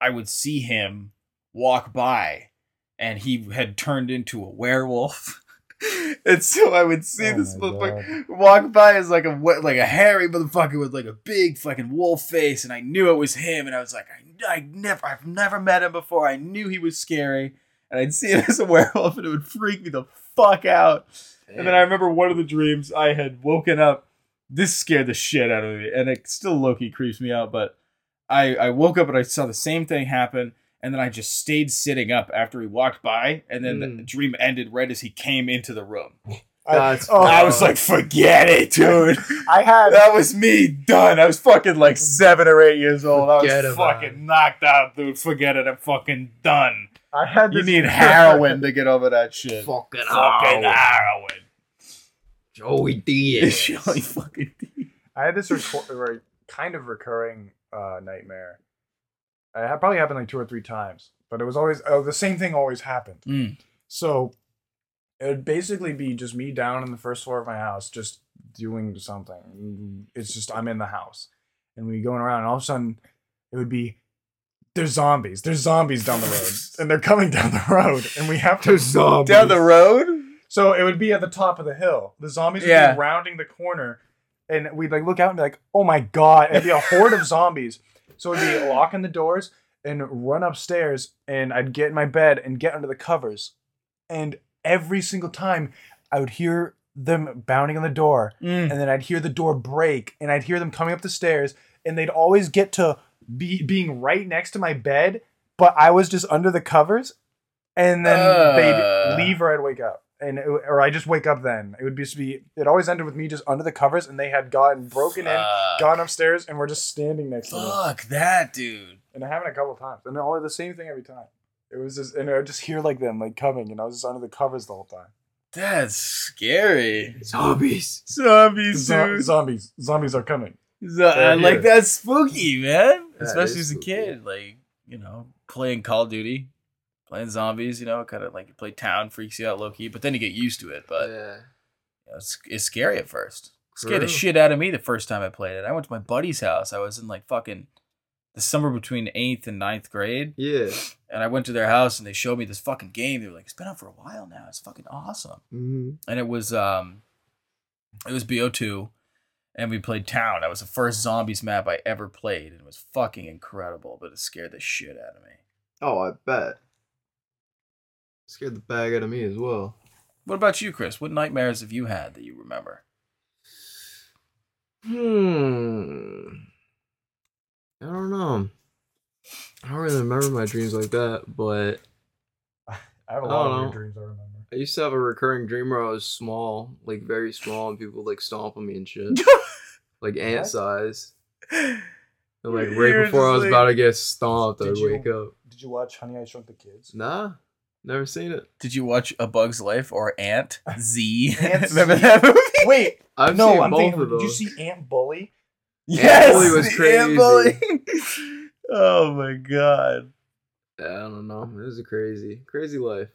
I would see him walk by, and he had turned into a werewolf. [LAUGHS] and so I would see Oh this my motherfucker walk by as like a we- like a hairy motherfucker with like a big fucking wolf face, and I knew it was him, and I was like, I, I never, I've never met him before. I knew he was scary, and I'd see him [LAUGHS] as a werewolf, and it would freak me the fuck out. And then I remember one of the dreams I had woken up. This scared the shit out of me, and it still Loki creeps me out. But I I woke up and I saw the same thing happen, and then I just stayed sitting up after he walked by, and then the Mm. dream ended right as he came into the room. That's- oh, I was like, forget it, [LAUGHS] dude. I had that was me done. I was fucking like seven or eight years old. I Forget was about fucking it. knocked out, dude. Forget it. I'm fucking done. I had You this [LAUGHS] need heroin to get over that shit. Fucking Fucking [LAUGHS] heroin. Joey It's [LAUGHS] Diaz. really fucking I had this recor- re- kind of recurring uh, nightmare It had probably happened like two or three times, but it was always oh, the same thing always happened. Mm. So it would basically be just me down on the first floor of my house, just doing something. It's just I'm in the house, and we going around, and all of a sudden it would be there's zombies, there's zombies down the road, and they're coming down the road, and we have to There's zombies. Down the road? so it would be at the top of the hill. The zombies would Yeah. be rounding the corner, and we'd like look out and be like, "Oh my god!" It'd be a horde of zombies. So it'd be locking the doors and run upstairs, and I'd get in my bed and get under the covers, and every single time I would hear them bounding on the door, Mm. and then I'd hear the door break, and I'd hear them coming up the stairs, and they'd always get to be being right next to my bed, but I was just under the covers, and then Uh. they'd leave or I'd wake up, and it- or I just wake up. Then it would just be it always ended with me just under the covers, and they had gotten broken in, Fuck. gone upstairs, and were just standing next to me, Fuck that dude. and it happened a couple times, and all the same thing every time. It was just, and I would just hear like them like coming, and I was just under the covers the whole time. That's scary. zombies. Zombies, Zo- zombies, zombies are coming. Zo- I They're like here. that's spooky, man. That Especially as is a spooky. kid, like you know, playing Call of Duty, playing zombies. You know, kind of like you play town, freaks you out low key, but then you get used to it. But yeah. you know, it's, it's scary at first. Scared the True. shit out of me the first time I played it. I went to my buddy's house. I was in like fucking the summer between eighth and ninth grade, Yeah. and I went to their house and they showed me this fucking game. They were like, "It's been out for a while now. It's fucking awesome." Mm-hmm. and it was um it was BO2 and we played town. That was the first zombies map I ever played and it was fucking incredible, but it scared the shit out of me. Oh, I bet. Scared the bag out of me as well. What about you, Chris? What nightmares have you had that you remember? Hmm. I don't know. I don't really remember my dreams like that, but I have a I lot don't of weird know. dreams. I remember. I used to have a recurring dream where I was small, like very small, and people would, like stomp on me and [LAUGHS] shit, like ant What? size. And like You were right before just I was like- about to get stomped, I'd Did you- wake up. Did you watch Honey I Shrunk the Kids? Nah, never seen it. Did you watch A Bug's Life or Ant Z? [LAUGHS] Ant remember Z. that movie? [LAUGHS] Wait, I've no, seen I'm both thinking. of Did you those. see Ant Bully? Bully was the Ant crazy. Bully. [LAUGHS] oh my god. Yeah, I don't know. It was a crazy, crazy life.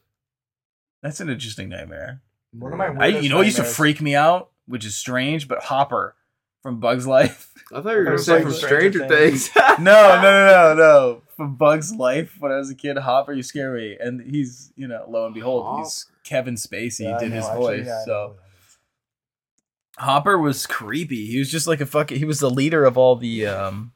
That's an interesting nightmare. One of my I, weirdest you know what used to nightmares- freak me out, which is strange, but Hopper from Bug's Life. [LAUGHS] I thought you were It gonna was say like from Stranger Stranger, Things. Things. [LAUGHS] no, no, no, no, no. From Bug's Life, when I was a kid, Hopper, you scare me. And he's, you know, lo and behold, he's Kevin Spacey. Yeah, I did know, his actually, voice. yeah, I so know. Hopper was creepy. He was just like a fucking. He was the leader of all the um,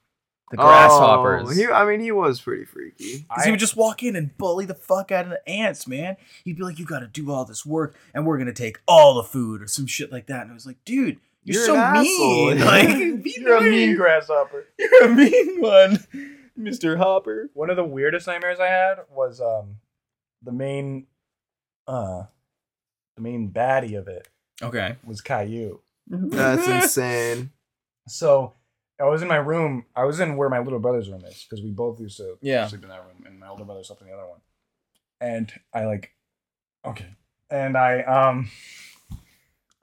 the grasshoppers. Oh, he, he, I mean, he was pretty freaky. he I- would just walk in and bully the fuck out of the ants, man. He'd be like, "You got to do all this work, and we're gonna take all the food, or some shit like that." And I was like, "Dude, you're, You're so an asshole." [LAUGHS] mean. Like, be You're a mean nice. grasshopper. You're a mean one, Mister Hopper." One of the weirdest nightmares I had was um the main uh the main baddie of it Okay. was Caillou. Mm-hmm. [LAUGHS] That's insane. So I was in my room. I was in where my little brother's room is because we both used to Yeah. sleep in that room, and my older brother slept in the other one. And I like, okay, and I um,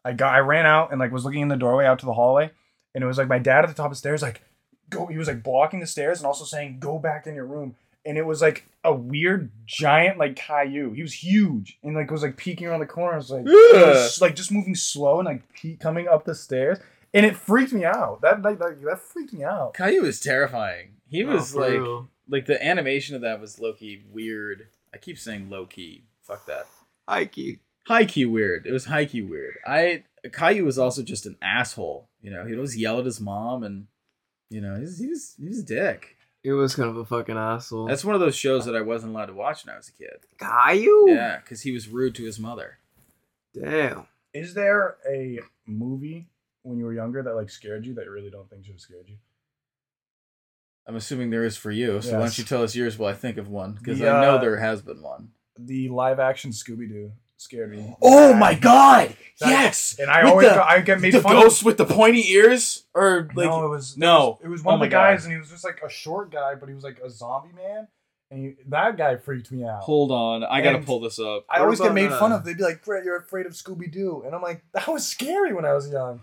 I got I ran out and like was looking in the doorway out to the hallway, and it was like my dad at the top of the stairs like go. He was like blocking the stairs and also saying go back in your room. And it was like a weird giant like Caillou. He was huge and like was like peeking around the corner. I was like, it was, like just moving slow and like pe- coming up the stairs, and it freaked me out. That like that, that freaked me out. Caillou was terrifying. He No, was for like, real. like the animation of that was low key weird. I keep saying low key. Fuck that. Hikey. High key weird. It was high key weird. I Caillou was also just an asshole. You know, he'd always yell at his mom, and you know, he's he's he's a dick. It was kind of a fucking asshole. That's one of those shows that I wasn't allowed to watch when I was a kid. Caillou. Yeah, because he was rude to his mother. Damn. Is there a movie when you were younger that like scared you that you really don't think should have scared you? I'm assuming there is for you. So why don't Yes. you tell us yours while I think of one? Because The, I know uh, there has been one. The live action Scooby Doo scared me. Oh god! That- And I always got, I get made the fun. ghost with the pointy ears, or of, like no, it was no. It was one Oh of the my God. guys, and he was just like a short guy, but he was like a zombie man, and he, that guy freaked me out. Hold on, I gotta And- pull this up. I What always get about, made uh, fun of. They'd be like, "Brett, you're afraid of Scooby Doo," and I'm like, "That was scary when I was young."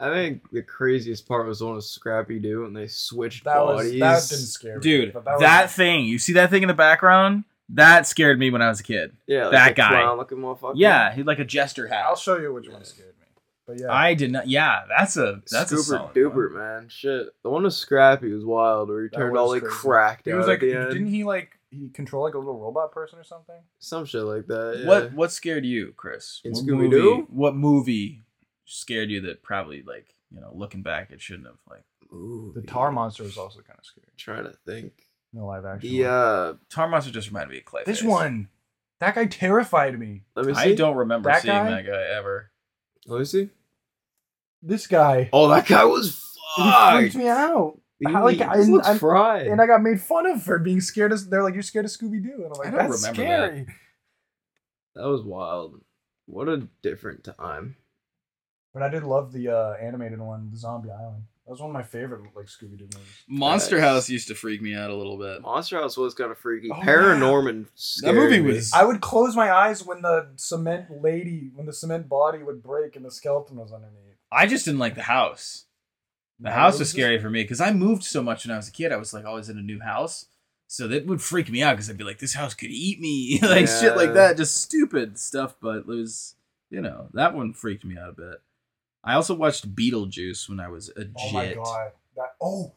I think the craziest part was on a Scrappy Doo and they switched That was bodies. that didn't scare me. Dude, but that, was- thing, you see that thing in the background? That scared me when I was a kid. yeah, that guy. looking motherfucker. Yeah, he like a jester hat. I'll show you which one scared me. But yeah, I did not. Yeah, that's a that's a Scooper solid duper, one. man. Shit. The one with Scrappy was wild where he That turned was all like crazy. cracked he out was at like, the end. didn't he like he control like a little robot person or something? Some shit like that. Yeah. What what scared you, Chris? In what Scooby-Doo? movie- What movie scared you that probably like you know looking back it shouldn't have like Ooh, The tar monster was also kind of scary. trying to think. No live action. The uh Tar Monster just reminded me of Clayface. this one, that guy terrified me. let me see. I don't remember That seeing guy? that guy ever. let me see. This guy, Oh that guy was Oh, he freaked fucked. me out, He, How- like, he I- just looks I'm- fried. and I got made fun of for being scared. Of, they're like, "You're scared of Scooby Doo," and I'm like, I don't "That's remember scary." that was wild. What a different time. But I did love the uh, animated one, the Zombie Island. That was one of my favorite like Scooby Doo movies. Monster Nice. House used to freak me out a little bit. Monster House was kind of freaky. Oh, yeah. Paranorman That scared movie me. was. I would close my eyes when the cement lady, when the cement body would break and the skeleton was underneath. I just didn't like the house. The No, house it was just- scary for me because I moved so much when I was a kid. I was like always in a new house, so that would freak me out because I'd be like, "This house could eat me," [LAUGHS] like shit Yeah. like that, just stupid stuff. But it was, you know, that one freaked me out a bit. I also watched Beetlejuice when I was a Oh my jit, god! That oh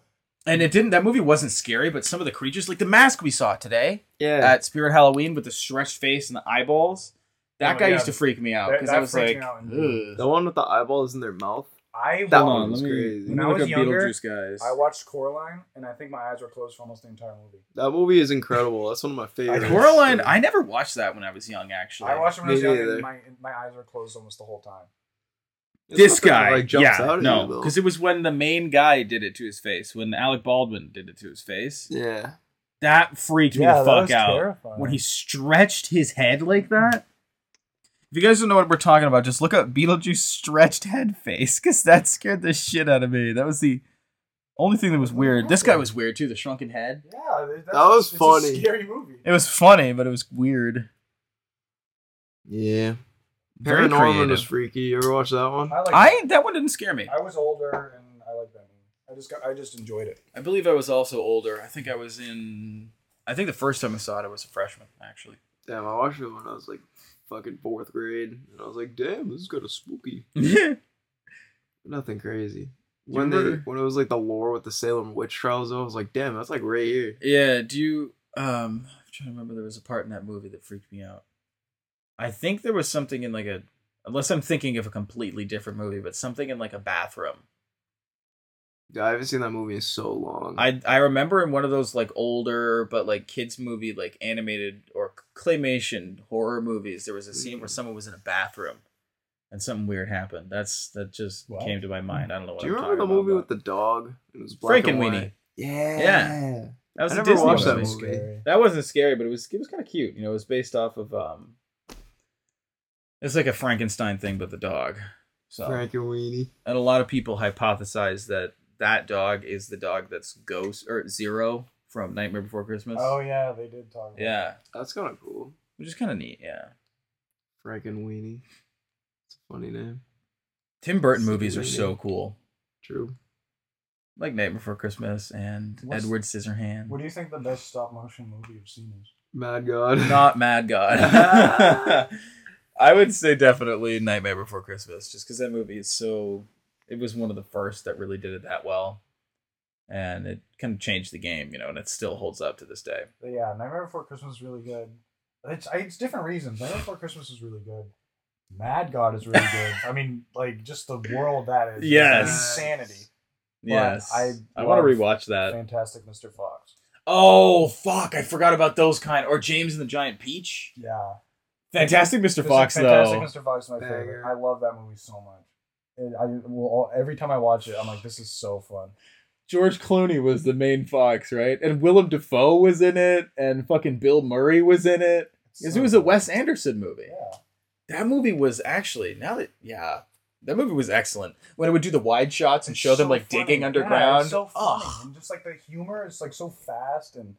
and it didn't. That movie wasn't scary, but some of the creatures, like the mask we saw today Yeah. at Spirit Halloween with the stretched face and the eyeballs, that Oh, guy yeah. used to freak me out That- because I that was like, freaked me out in "Ugh." the one with the eyeballs in their mouth. I That Hold one on, was let me, crazy. let me When I look was up younger, Beetlejuice guys. I watched Coraline, and I think my eyes were closed for almost the entire movie. That movie is incredible. That's one of my favorites. Coraline, I never watched that when I was young. Actually, I watched it when I me was young, neither. and my my eyes were closed almost the whole time. It's this nothing that, guy. like, jumps yeah, out at you, no, though. because it was when the main guy did it to his face, when Alec Baldwin did it to his face. Yeah. That freaked me the fuck out Terrifying. when he stretched his head like that. If you guys don't know what we're talking about, just look up Beetlejuice stretched head face, because that scared the shit out of me. That was the only thing that was weird. This guy was weird too. The shrunken head. yeah, that, was it's funny. A scary movie. It was funny, but it was weird. Yeah. Very Paranorman was creative. freaky. You ever watch that one? I like. I that one didn't scare me. I was older, and I liked that movie. I just got, I just enjoyed it. I believe I was also older. I think I was in. I think the first time I saw it, I was a freshman, [LAUGHS] actually. Damn, I watched it when I was like fucking fourth grade, and I was like, damn, this is kind of spooky. Nothing crazy. you When they, remember- when it was like the lore with the Salem witch trials, though, I was like, damn, that's like right here. yeah. Do you? Um, I'm trying to remember. There was a part in that movie that freaked me out. I think there was something in like a, unless I'm thinking of a completely different movie, but something in like a bathroom. Dude, I haven't seen that movie in so long. I I remember in one of those like older but like kids movie like animated or claymation horror movies there was a scene where someone was in a bathroom and something weird happened. That's that just Wow. came to my mind. I don't know what Do you I'm remember the talking movie about, with the dog? It was but- black and Frankenweenie. white. Yeah. Yeah. That was I a never Disney watched movie. that movie. That wasn't scary, but it was it was kind of cute. You know, it was based off of um, it's like a Frankenstein thing, but the dog. So Frankenweenie. and a lot of people hypothesize that that dog is the dog that's ghost or zero from Nightmare Before Christmas. Oh yeah, they did talk. About yeah, That's kind of cool. which is kind of neat. Yeah, Frankenweenie. It's a funny name. Tim Burton movies are so cool, True. like Nightmare Before Christmas and What's- Edward It. What Scissorhand. do you think the best stop motion movie you've seen is? Mad God. Not Mad God. [LAUGHS] I would say definitely Nightmare Before Christmas, just because that movie is so. It was one of the first that really did it that well, and it kind of changed the game, you know, and it still holds up to this day. But yeah, Nightmare Before Christmas is really good. It's I- it's different reasons. Nightmare Before Christmas is really good. Mad God is really good. I mean, like just the world that is. is Yes. Uh, insanity. yes, I, I want to love- rewatch that. Fantastic Mr. Fox. Oh fuck, I forgot about those kind. Or James and the Giant Peach. Yeah. Fantastic Mr. Mr. Fox Fantastic though. Mr. Fox is my favorite. Banger. I love that movie so much. And I will all, every time I watch it, I'm like, this is so fun. George Clooney was the main fox, right? And Willem Dafoe was in it, and fucking Bill Murray was in it. It's Because so it was a good. Wes Anderson movie. Yeah. That movie was actually now that yeah, that movie was excellent. When it would do the wide shots and show them like digging underground. so funny. Ugh. And just like the humor is like so fast and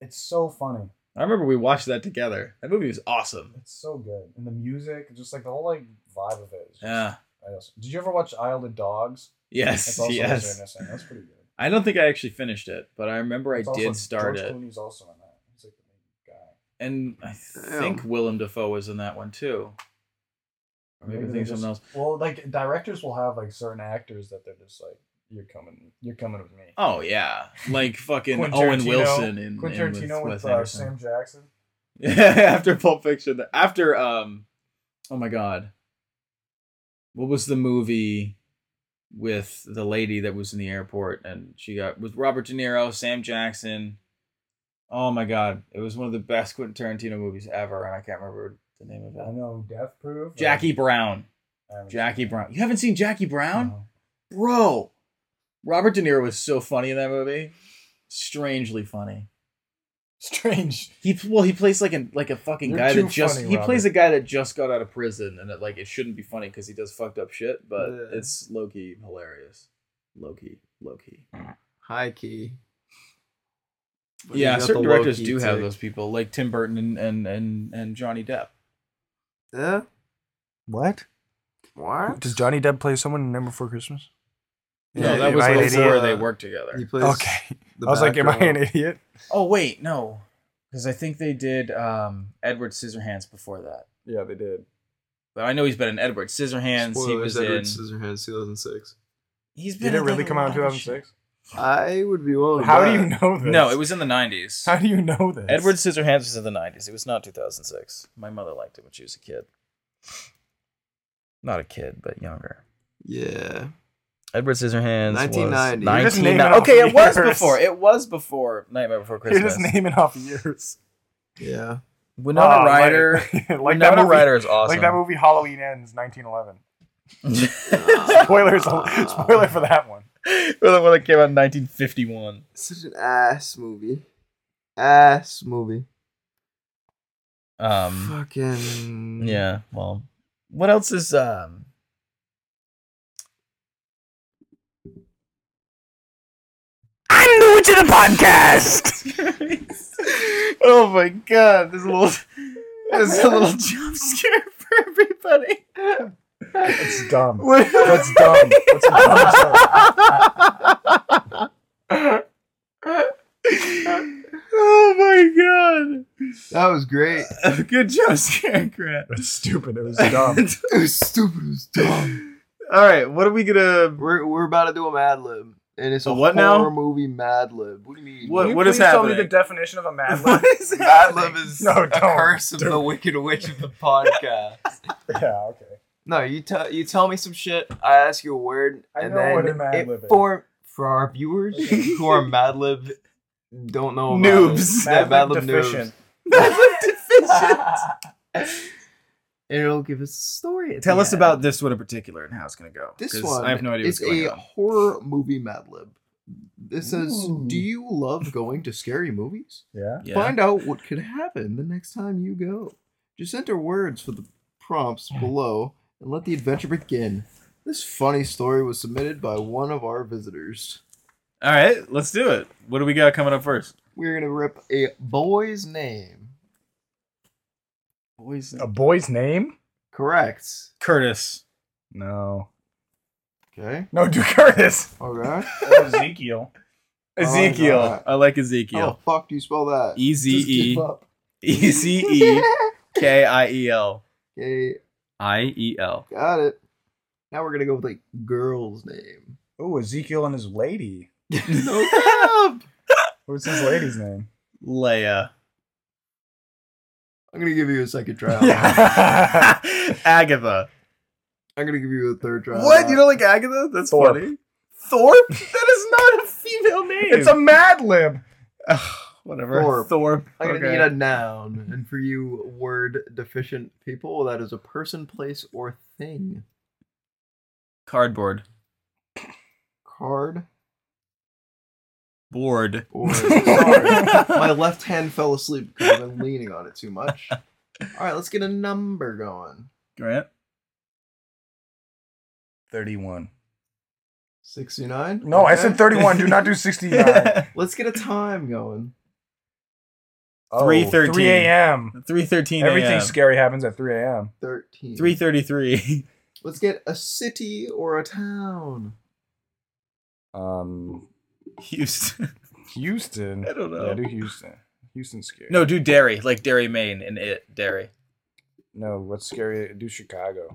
it's so funny. I remember we watched that together. That movie was awesome. It's so good. And the music, just like the whole like vibe of it. Is just, Yeah, I also, did you ever watch Isle of Dogs? Uh, Yes, yes. Lazarus Innocent. That's pretty good. I don't think I actually finished it, but I remember It's I also- did start George it, Clooney's also in that. He's like the main guy. and I think Damn. Willem Dafoe was in that one too. Or maybe I Maybe they think something else. just- Well, like directors will have like certain actors that they're just like, you're coming, you're coming with me. Oh yeah, like fucking Quentin Owen Tarantino- Wilson in, Quentin in with Tarantino with, Wes uh, Anderson. Sam Jackson. Yeah, [LAUGHS] after Pulp Fiction, after um, oh my god, what was the movie with the lady that was in the airport and she got with Robert De Niro, Sam Jackson? Oh my god, it was one of the best Quentin Tarantino movies ever, and I can't remember the name of I it. know Death Proof. or- Jackie Brown. I haven't seen Jackie that. Brown. You haven't seen Jackie Brown, No. [LAUGHS] bro? Robert De Niro was so funny in that movie, strangely funny. Strange. He well, he plays like a like a fucking You're guy too that just funny, he Robert. plays a guy that just got out of prison, and it like it shouldn't be funny because he does fucked up shit, but Yeah. it's low key hilarious, low key, low key. High key. But yeah, he's got certain the low directors key do have tick. those people, like Tim Burton and and and, and Johnny Depp. Yeah. What? Eh? What? Johnny Depp play someone in Number Before Christmas? Yeah, no, that am was I an before idiot? they worked together. He plays. the background. idiot? Oh wait, no, because I think they did um, Edward Scissorhands before that. Yeah, they did. But I know he's been in Edward Scissorhands. he Spoilers, was Edward in. Scissorhands, 2006. He's been. Did it in really a come out in lot of shit. 2006? I would be willing. to How do bet. you know this? No, it was in the nineties. [LAUGHS] How do you know this? Edward Scissorhands was in the 90s. It was not 2006. My mother liked it when she was a kid. Not a kid, but younger. Yeah. Edward Scissorhands. 1990. Was You're just naming 1990. off Okay, it was years. before. It was before Nightmare Before You're Christmas. just naming off years. Yeah. Winona Oh, Ryder. [LAUGHS] Like, like that Winona movie, Ryder is awesome. Like that movie Halloween Ends 1911. [LAUGHS] Ah. [LAUGHS] Spoilers, spoiler for that one. the one that came out in 1951. Such an ass movie. Ass movie. Um, Fucking. yeah, well. What else is. um? I'm new to the podcast. [LAUGHS] oh my god, there's a little there's a [LAUGHS] little jump scare for everybody. It's dumb. What- [LAUGHS] That's dumb. That's a [LAUGHS] dumb joke. oh That was great. my god. Good jump scare, Grant. That's stupid. It was dumb. It was stupid. It was dumb. Alright, what are we gonna We're, we're about to do a Mad Lib. And it's A a what now? horror movie Mad Lib. What do you [LAUGHS] mean? What- Can you is please tell me happening? the definition of [LAUGHS] a mad lib? [LAUGHS] what is it? [LAUGHS] Mad Lib is No, a don't. curse of Don't. the Wicked Witch of the podcast. [LAUGHS] yeah, okay. No, you tell you tell me some shit. I ask you a word, I and know then what a Mad it Lib is. for for our viewers [LAUGHS] Okay. who are Mad Lib don't know about Noobs. Um, it. Yeah, Mad Lib deficient. noobs. [LAUGHS] It'll give us a story. at Tell the us end. about this one in particular and how it's gonna go. this 'cause one. I have no idea what's It's going a on. horror movie Mad Lib. This says, Ooh. "Do you love going to scary movies? Yeah. Yeah. Find out what could happen the next time you go. Just enter words for the prompts Hmm. below and let the adventure begin. This funny story was submitted by one of our visitors. Alright, let's do it. What do we got coming up first? We're gonna rip a boy's name. Boys A boy's name? Correct. Curtis. No. Okay. No, do Curtis. Okay. Ezekiel. Oh, Ezekiel. God. I like How Ezekiel. the fuck do you spell that? E Z Just E give up. E Z E K I E L [LAUGHS] okay. I E L. Got it. Now we're gonna go with like [LAUGHS] girl's name. [LAUGHS] Ooh, Ezekiel and his lady. no cap. What's his lady's name? [LAUGHS] Leia. I'm gonna give you a second [LAUGHS] try. on that. Yeah. Agatha. I'm gonna give you a third try. on What? that. You don't like Agatha? That's Thorpe. funny. Thorpe? That is not a female name. it's a Mad Lib. Ugh, whatever. [LAUGHS] Thorpe. Thorpe. I'm gonna Okay. need a noun, and for you word deficient people, that is a person, place, or thing. cardboard Card. board. [LAUGHS] Or sorry, my left hand fell asleep because I've been leaning on it too [LAUGHS] much. All right, let's get a number going. Grant. Thirty-one. Sixty-nine. No, I said 31. Do not [LAUGHS] [LAUGHS] do 69. Let's get a time going. Oh, 3:13. 3 a.m. Three thirteen. Everything scary happens at 3 a.m. Thirteen. Three thirty-three. [LAUGHS] Let's get a city or a town. [LAUGHS] Um, Houston. Houston. I don't know. Yeah, do Houston. Houston's scary. No, do Derry, like Derry, Maine, and it Derry. [LAUGHS] no. What's scary? Do Chicago.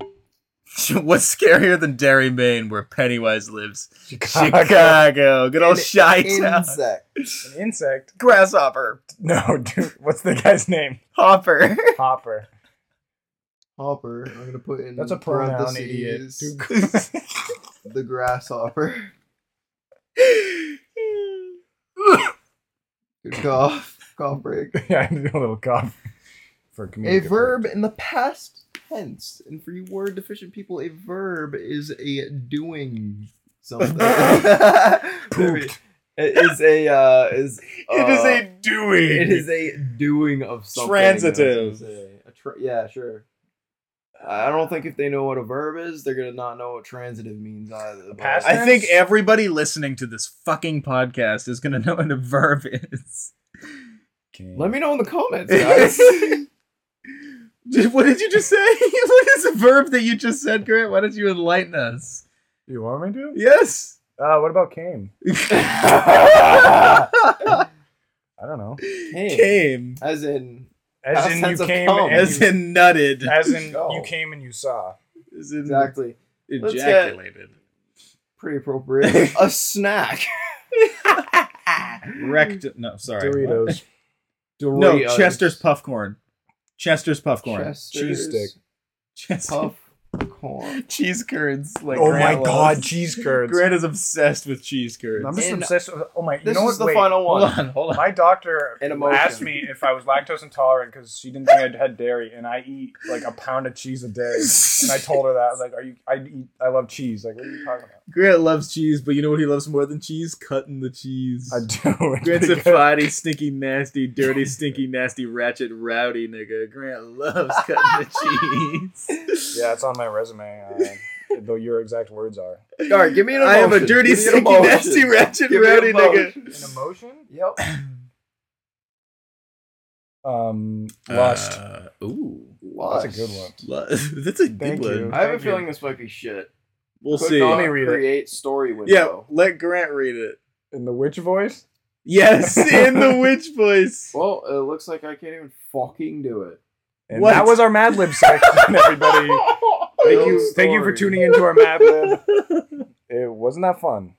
What's scarier than Derry, Maine, where Pennywise [LAUGHS] lives? Chicago, good old An Chi Town, Insect. An insect. grasshopper, No, dude. What's the guy's name? hopper. [LAUGHS] Hopper. Hopper. I'm gonna put in That's a pronoun, idiot. parentheses, Dude. The grasshopper. Good [LAUGHS] cough. Cough break. [LAUGHS] yeah, I need a little cough for A comedic verb in the past tense, and for you word deficient people, a verb is a doing something. [LAUGHS] Pooped. it is a uh, is it is uh, a doing. it is a doing of something. that's what I'm Transitive. saying. A tra- yeah, sure. I don't think if they know what a verb is, they're gonna not know what transitive means either. but- past I think everybody listening to this fucking podcast is gonna know what a verb is. King. Let me know in [LAUGHS] the comments, guys. [LAUGHS] Dude, what did you just say? [LAUGHS] what is a verb that you just said, Grant? Why don't you enlighten us? You want me to? Yes. Uh, what about came? I don't know. Came. As in, As Past in tense you of came come. and As [LAUGHS] you, in nutted. as in No. you came and you saw. [LAUGHS] As in exactly. Let's get- ejaculated. Pretty [LAUGHS] appropriate. a snack. Wrecked. No, sorry. Doritos. No, Doritos. Chester's puff corn. Chester's puff corn. Chester's Cheese stick. [LAUGHS] Chester- Puff corn. cheese curds. Like oh Grant my loves. god, cheese curds. Grant is obsessed with cheese curds. I'm just And- obsessed with. Oh my! You This know is what? the Wait, final hold one. on, hold on. My doctor An emotion. asked me if I was lactose intolerant because she didn't think I'd had dairy, and I eat like a pound of cheese a day. And [LAUGHS] I told her that I was like, "Are you? I eat. I love cheese. Like, what are you talking about?" Grant loves cheese, but you know what he loves more than cheese? Cutting the cheese. do. [LAUGHS] Grant's [LAUGHS] a fatty, stinky, nasty, dirty, stinky, nasty, ratchet, rowdy nigga. Grant loves cutting the [LAUGHS] cheese. yeah, it's on my resume. Uh, though your exact words are All right, give me an emotion. I am a dirty, Give me an stinky, emotion. nasty, ratchet, Give me an rowdy nigga. emotion. an [COUGHS] emotion. Yep. Um, lust. Uh, ooh. That's a good one. Lu- [LAUGHS] That's a good Thank one. you. I have a Thank you. feeling this might be shit. We'll Could see. not Let me read it. create story Yeah, window. let Grant read it. In the witch voice. [LAUGHS] Yes, in the witch voice. Well, it looks like I can't even fucking do [LAUGHS] it. And What? that was our Mad Lib [LAUGHS] section, everybody. Thank you, Build thank you story. for tuning into our Mad Lib. It wasn't that fun.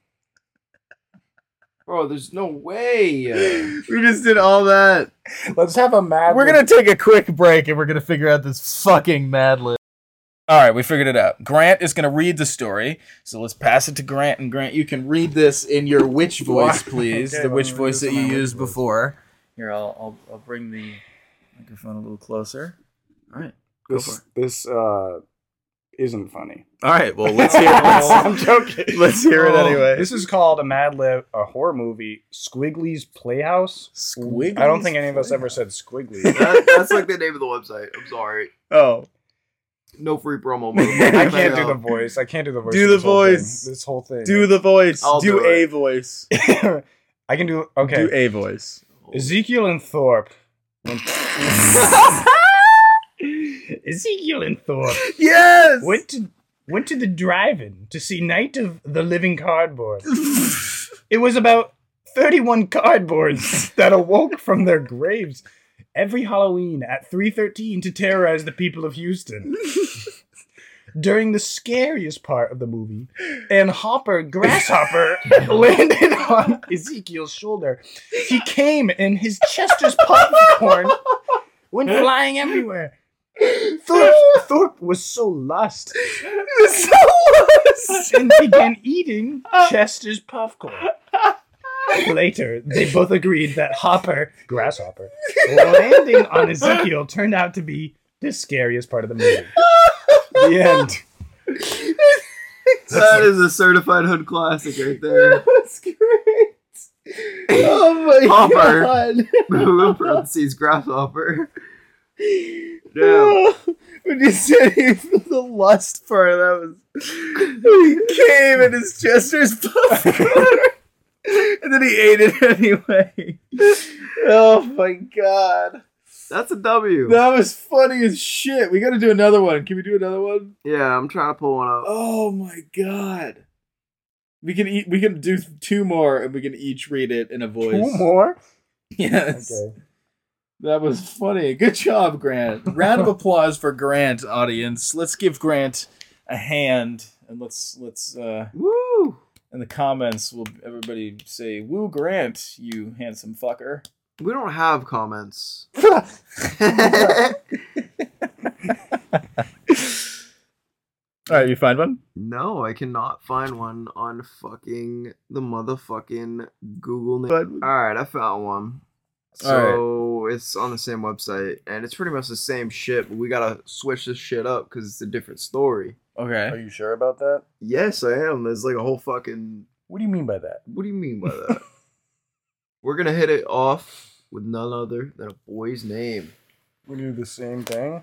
Bro, there's no [LAUGHS] way. [LAUGHS] We just did all that. Let's have a Mad. We're Lib gonna take a quick break and we're gonna figure out this fucking Mad Lib. All right, we figured it out. Grant is gonna read the story, so let's pass it to Grant. And Grant, you can read this in your witch voice, please. Okay, the let witch me read voice this that in you my witch used voice. before. Here, I'll, I'll I'll bring the microphone a little closer. All right, go for this it. this uh isn't funny. All right, well let's hear it. Let's, joking. [LAUGHS] Oh, let's hear it anyway. This is called a Mad Lib, a horror movie, Squiggly's Playhouse. Squiggly. I don't think any of us ever said Squiggly. That- that's like the name of the website. I'm sorry. Oh, No free promo. [LAUGHS] I can't do the voice. I can't do the voice. Do of the this whole thing. voice. This whole thing. do the voice. I'll do do a it. voice. the. I can do. Okay. Do a voice. Ezekiel and Thorpe. Ezekiel and Thorpe Yes. went to went to the drive-in to see Night of the Living Cardboard. It was about 31 cardboards [LAUGHS] that awoke from their graves every Halloween at 3:13 to terrorize the people of Houston. During the scariest part of the movie, an hopper grasshopper landed on Ezekiel's shoulder. He came in his Chester's popcorn went flying everywhere. Thorpe, Thorpe was so lost and began eating Chester's popcorn. Later, they both agreed that Hopper, Grasshopper, [LAUGHS] landing on Ezekiel turned out to be the scariest part of the movie. The end. That is a certified hood classic right there. That's great. Oh my Hopper. god. Parentheses grasshopper. Damn. When you said he was the lust part, that was he came in his Chester's popcorn. [LAUGHS] and then he ate it anyway. Oh my god. That's a W. That was funny as shit. We got to do another one. Can we do another one? Yeah, I'm trying to pull one up. Oh my god. We can eat. We can do two more, and we can each read it in a voice. Two more. Yes. Okay. That was funny. Good job, Grant. Round of applause for Grant, audience. Let's give Grant a hand, and let's let's uh, Woo! in the comments, will everybody say "Woo, Grant, you handsome [LAUGHS] fucker"? We don't have comments. All right, you find one. no, I cannot find one on fucking the motherfucking Google. Na- But All right, I found one. So it's on the same website, and it's pretty much the same shit. But we gotta switch this shit up because it's a different story. Are okay, you sure about that? Yes, I am. There's like a whole fucking. What do you mean by that? What do you mean by that? We're gonna hit it off with none other than a boy's name. We do the same thing.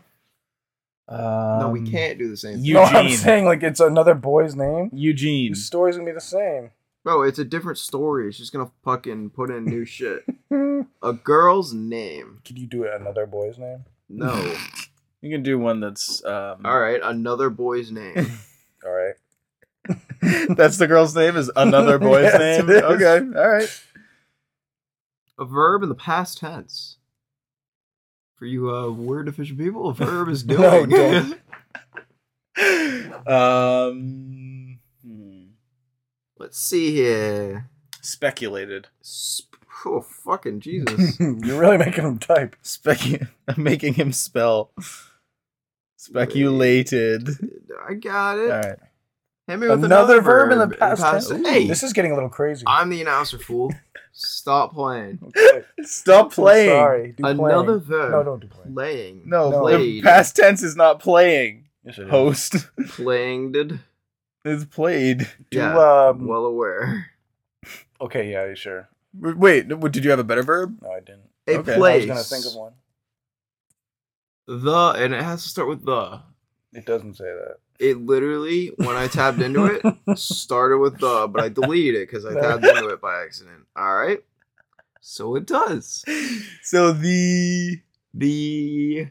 Um, no, we can't do the same. you- thing. No, I'm Eugene. saying like it's another boy's name. Eugene. The story's gonna be the [LAUGHS] same. Bro, it's a different story. It's just gonna fucking put in new [LAUGHS] shit. A girl's name. Could you do it another boy's name? [LAUGHS] No. You can do one that's um, All right, another boy's [LAUGHS] name. All right. [LAUGHS] That's the girl's name is another [LAUGHS] boy's Yes, name. it is. Okay, all right. A verb in the past tense. For you uh, word deficient people, a verb is doing. [LAUGHS] No, don't. Um, hmm. [LAUGHS] Let's see here. speculated. Sp- oh fucking [LAUGHS] Jesus. You're really making him type. Specu- [LAUGHS] I'm making him spell. Speculated. [LAUGHS] I got All it. right. Hit me with Another another, verb in the past tense. Hey, This is getting a little crazy. I'm the announcer, fool. Stop playing. Okay. Stop playing. I'm sorry. [LAUGHS] Do Another playing. verb. No, don't do playing. Playing. No, No. the Played. past tense is not playing. Yes, it is. Host [LAUGHS] Playing did. is played. Do, yeah. um, well aware. okay, yeah, sure. W- Wait, no, did you have a better verb? No, I didn't. Okay. I A was I place. was gonna think of one. The and it has to start with the. It doesn't say that. It literally, when I tabbed into [LAUGHS] it, started with the, but I deleted it because I No. tabbed into it by accident. All right. So it does. So the [LAUGHS] The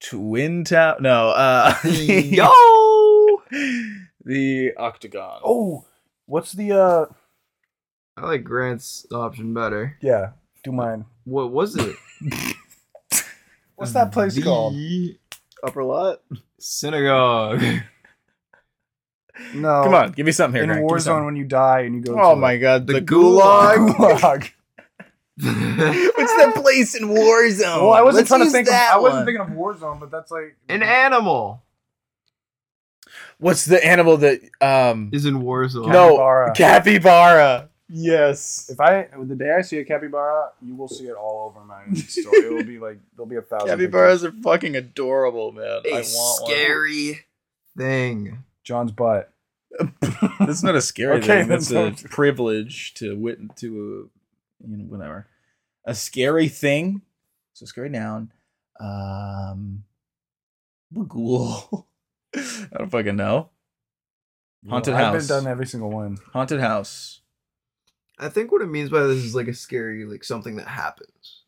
twin town. No, uh, [LAUGHS] yo. the octagon. Oh, what's the uh? I like Grant's option better. Yeah, do mine. What was it? What's that place the called? upper lot. synagogue. No, Come on, give me something here. In Grant, give me Warzone, something. when you die and you go. Oh to my god, the, The gulag. [LAUGHS] gulag. [LAUGHS] What's [LAUGHS] Gulag. that place in Warzone? Well, I wasn't Let's trying to use think. Of, that I one. wasn't thinking of Warzone, but that's like [LAUGHS] An animal What's the animal that um is in Warzone. No. Capybara. capybara? Yes. If I the day I see a capybara, you will see it all over my story. It will be like there'll be a thousand. pictures. Capybaras are fucking adorable, man. I a want one. scary thing. John's butt. That's not a scary Okay, thing. That's a then don't. privilege to wit to a, you know whatever. A scary thing. So scary noun. Um, Bagul. [LAUGHS] I don't fucking know. Haunted I've house. been done every single one. Haunted house. I think what it means by this is like a scary, like something that happens.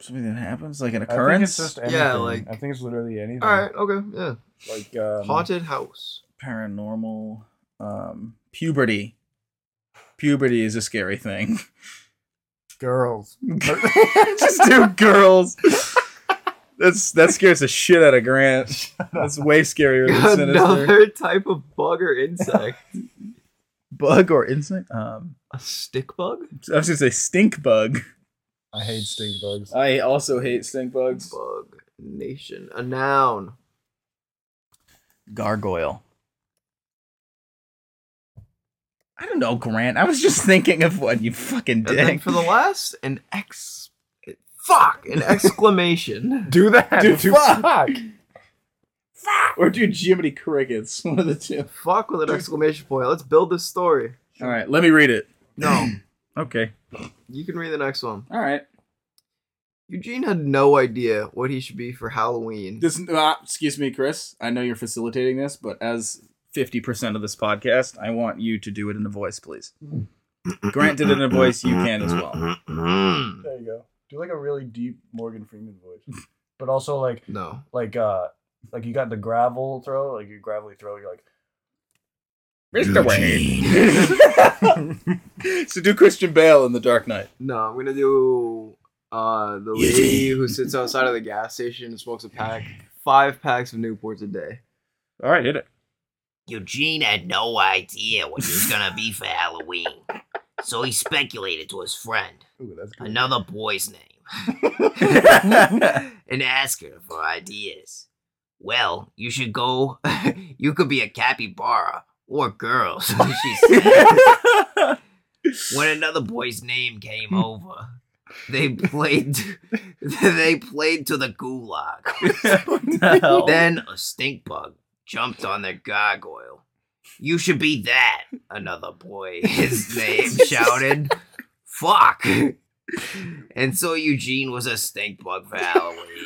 Something that happens, like an I think occurrence. it's just anything. Yeah, like- I think it's literally anything. All right, okay, yeah. Like um, Haunted house. paranormal. Um, puberty. Puberty is a scary [LAUGHS] thing. [LAUGHS] girls. just do girls. That's that scares the shit out of Grant. That's way scarier than sinister. Another [LAUGHS] type of bug or [LAUGHS] insect. Bug or insect? Um, a stick bug? I was gonna say stink bug. [LAUGHS] I hate stink bugs. I also hate stink bugs. Bug nation. A noun. Gargoyle. I don't know, Grant. I was just thinking of what you fucking And then dick. for the last, an ex. Fuck! [LAUGHS] An exclamation. Do that. Dude, Do fuck. [LAUGHS] Or do Jiminy Crickets, one of the two. Fuck with an exclamation point. Let's build this story. All right, let me read it. [CLEARS THROAT] No, Okay. you can read the next one. All right. Eugene had no idea what he should be for Halloween. This, uh, excuse me, Chris. I know you're facilitating this, but as 50% of this podcast, I want you to do it in a voice, please. Grant did it in a voice. You can as well. Mm-hmm. There you go. Do like a really deep Morgan Freeman voice, but also like No. like uh like you got the gravel throw, like your gravelly throw. You're like Mr. Wayne. [LAUGHS] so do Christian Bale in The Dark Knight. No, I'm gonna do uh the lady who sits outside of the gas station and smokes a pack, five packs of Newports a day. All right, hit it. Eugene had no idea what he was gonna be for Halloween, so he speculated to his friend, ooh, that's good. [LAUGHS] another boy's name, and asked her for ideas. Well, you should go. [LAUGHS] you could be a capybara or [LAUGHS] girls, she said. When another boy's name came over, they played. [LAUGHS] they played to the gulag. Oh. Then a stink bug jumped on the gargoyle. You should be that, another boy, [LAUGHS] his name shouted. Fuck! And so Eugene was a stink bug [LAUGHS] for Halloween.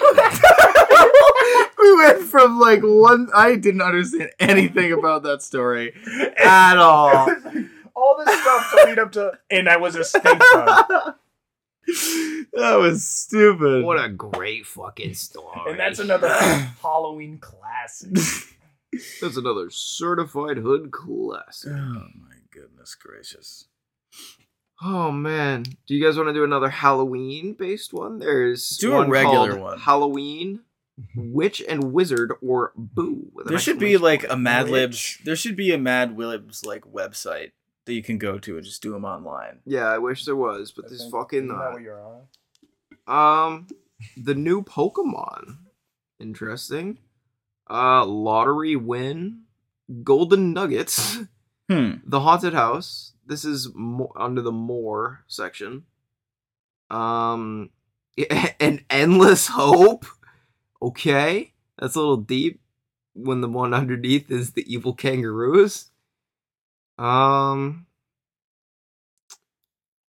we went from like one. I didn't understand anything about that story at all. [LAUGHS] All this stuff to lead up to, Oh. [LAUGHS] and I was a stink bug, [LAUGHS] that was stupid. what a great fucking story. and that's another [LAUGHS] Halloween classic. That's another certified hood classic. oh my goodness gracious. Oh man, do you guys want to do another Halloween based one? There's Do a one regular called one. Halloween, Witch and Wizard, or Boo. with an There should be exclamation like a point. Mad Libs. Which- There should be a Mad Libs like website that you can go to and just do them online. Yeah, I wish there was, but I there's think. fucking Isn't that not. what you're on? Um, the new Pokemon. Interesting. Uh, lottery win, golden nuggets, [LAUGHS] Hmm. the haunted house. This is mo- under the more section. Um, [LAUGHS] an endless hope. Okay, that's a little deep. When the one underneath is the evil kangaroos. Um,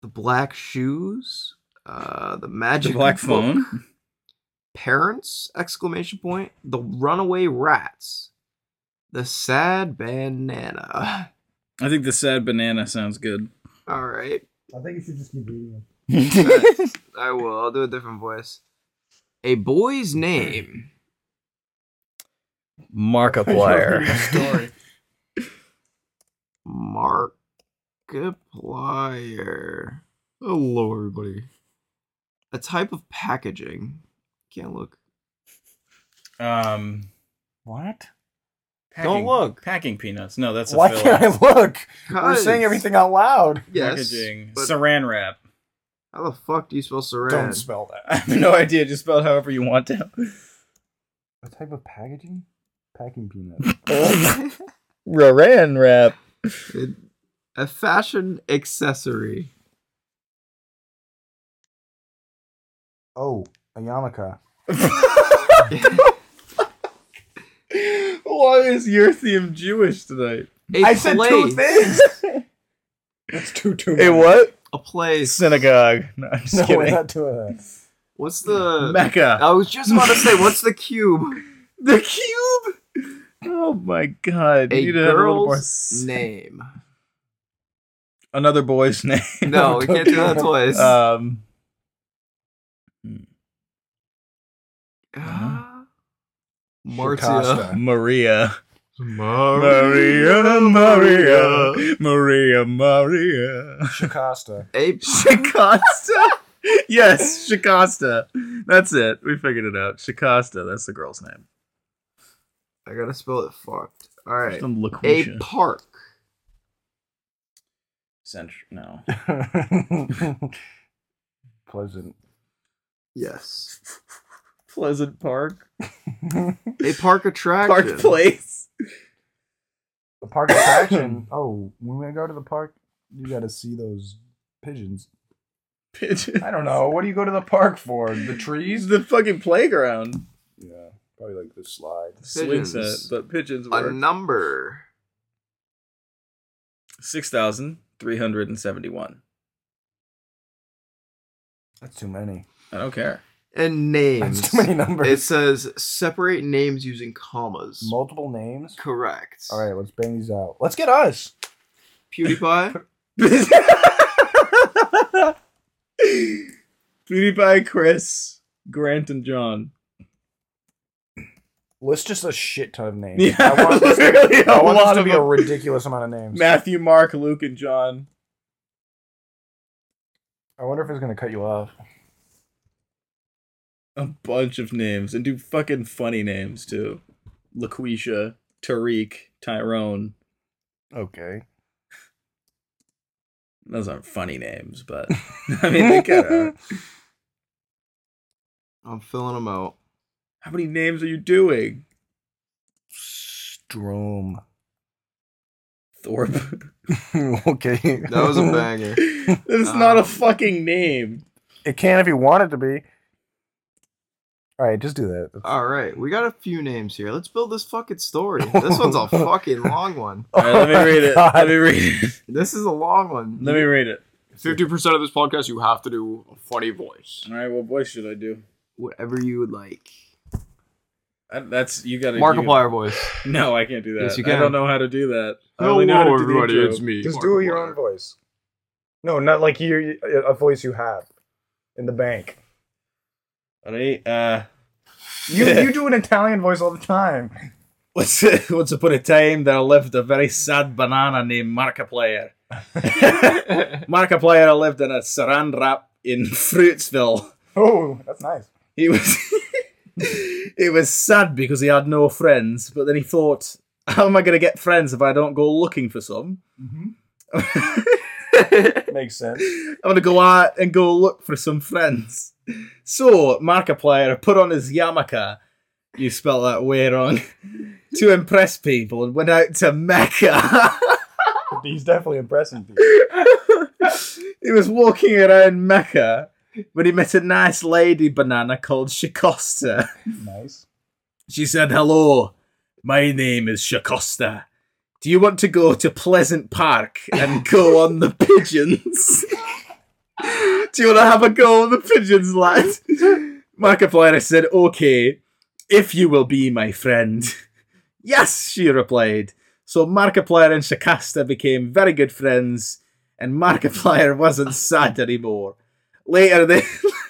the black shoes. Uh, the magic. black book phone. parents exclamation point the runaway rats the sad banana [LAUGHS] I think the sad banana sounds [LAUGHS] good. all right I think you should just keep reading them. i will i'll do a different voice a boy's name [LAUGHS] story. markiplier hello everybody a type of packaging can't look Um, What? packing- look. Packing peanuts. No, that's a Why filler. can't I look? We're Guys, saying everything out loud. yes Packaging. but- Saran wrap. how the fuck do you spell saran Don't spell I that. have no idea. Just spell it however you want [LAUGHS] to. What type of packaging? Packing peanut. Saran wrap. It- a fashion accessory [LAUGHS] Oh, a yarmulke. Why is your theme Jewish tonight? A I said two place. things. [LAUGHS] That's two too Hey, many. what? A place. Synagogue. No, I'm just No, we're kidding. Uh, not doing that. What's the? Mecca. I was just about to say, what's the cube? [LAUGHS] The cube. Oh my god. A You need to have a little more girl's s- name. Another boy's name. [LAUGHS] No, we can't do [LAUGHS] that twice. Uh, Um. Ah. Marcia. Shikasta. Maria. Maria. Maria, Maria, Maria, Maria. Shikasta. A Shikasta? yes, Shikasta. That's it. We figured it out. Shikasta, that's the girl's name. I gotta spell it fucked. All right. Some A Laquisha. park. Cent- no. [LAUGHS] Pleasant. Yes. Pleasant Park. A park attraction. Park Place. The park [LAUGHS] attraction. oh, when we go to the park, you got to see those pigeons. Pigeon. [LAUGHS] I don't know. What do you go to the park for? The trees? the fucking playground. Yeah, probably like the slide. Swing set, Pigeons. but pigeons A were number. 6,371. That's too many. I don't care. And That's names. too many numbers. It says separate names using commas. Multiple names. Correct. All right, let's bang these out. Let's get us. [LAUGHS] PewDiePie. PewDiePie, Chris, Grant, and John. List just a shit ton of names. Yeah, I [LAUGHS] want this, literally I a want this lot to of be a them. ridiculous amount of names. Matthew, Mark, Luke, and John. I wonder if it's gonna cut you off. A bunch of names and do fucking funny names too. LaQuisha, Tariq, Tyrone. Okay. Those aren't funny names, but [LAUGHS] I mean they kind of. I'm filling them out. How many names are you doing, Strom. Thorpe? [LAUGHS] [LAUGHS] okay. That was a [LAUGHS] banger. That's not Um, a fucking [LAUGHS] name. It can if you want it to be. All right, just do that. All right, we got a few names here. Let's build this fucking [LAUGHS] story. This one's a fucking long one. All right, let me Oh my read it. God. Let me read it. This is a long one. Let me read it. Fifty percent of this podcast, you have to do a funny voice. All right, what voice should I do? Whatever you would like. I, that's you got to Markiplier voice. No, I can't do that. Yes, you I can. don't know how to do that. I only know how to do the intro. me. Just do your own voice. No, not like you. A voice you have in the bank. All right. Uh, You you do an Italian voice all the time. [LAUGHS] once, [LAUGHS] once upon a time, there lived a very sad banana named Markiplier. Markiplier lived in a saran wrap in [LAUGHS] Fruitsville. Oh, that's nice. He was [LAUGHS] he was sad because he had no friends, but then he thought, "How am I going to get friends if I don't go looking for some? [LAUGHS] Mm-hmm. Makes sense. I'm going to go out and go look for some friends." So Markiplier put on his yarmulke. You spell that way wrong. To impress people, and went out to Mecca. [LAUGHS] He's definitely impressing people. he was walking around Mecca when he met a nice lady banana called Shikosta. Nice. She said, Hello, my name is Shakosta. Do you want to go to Pleasant Park and go on the pigeons? Do you want to have a go on the pigeons, lad? Markiplier said, Okay, if you will be my friend. Yes, she replied. So Markiplier and Shakasta became very good friends, and Markiplier [LAUGHS] wasn't sad anymore. Later, they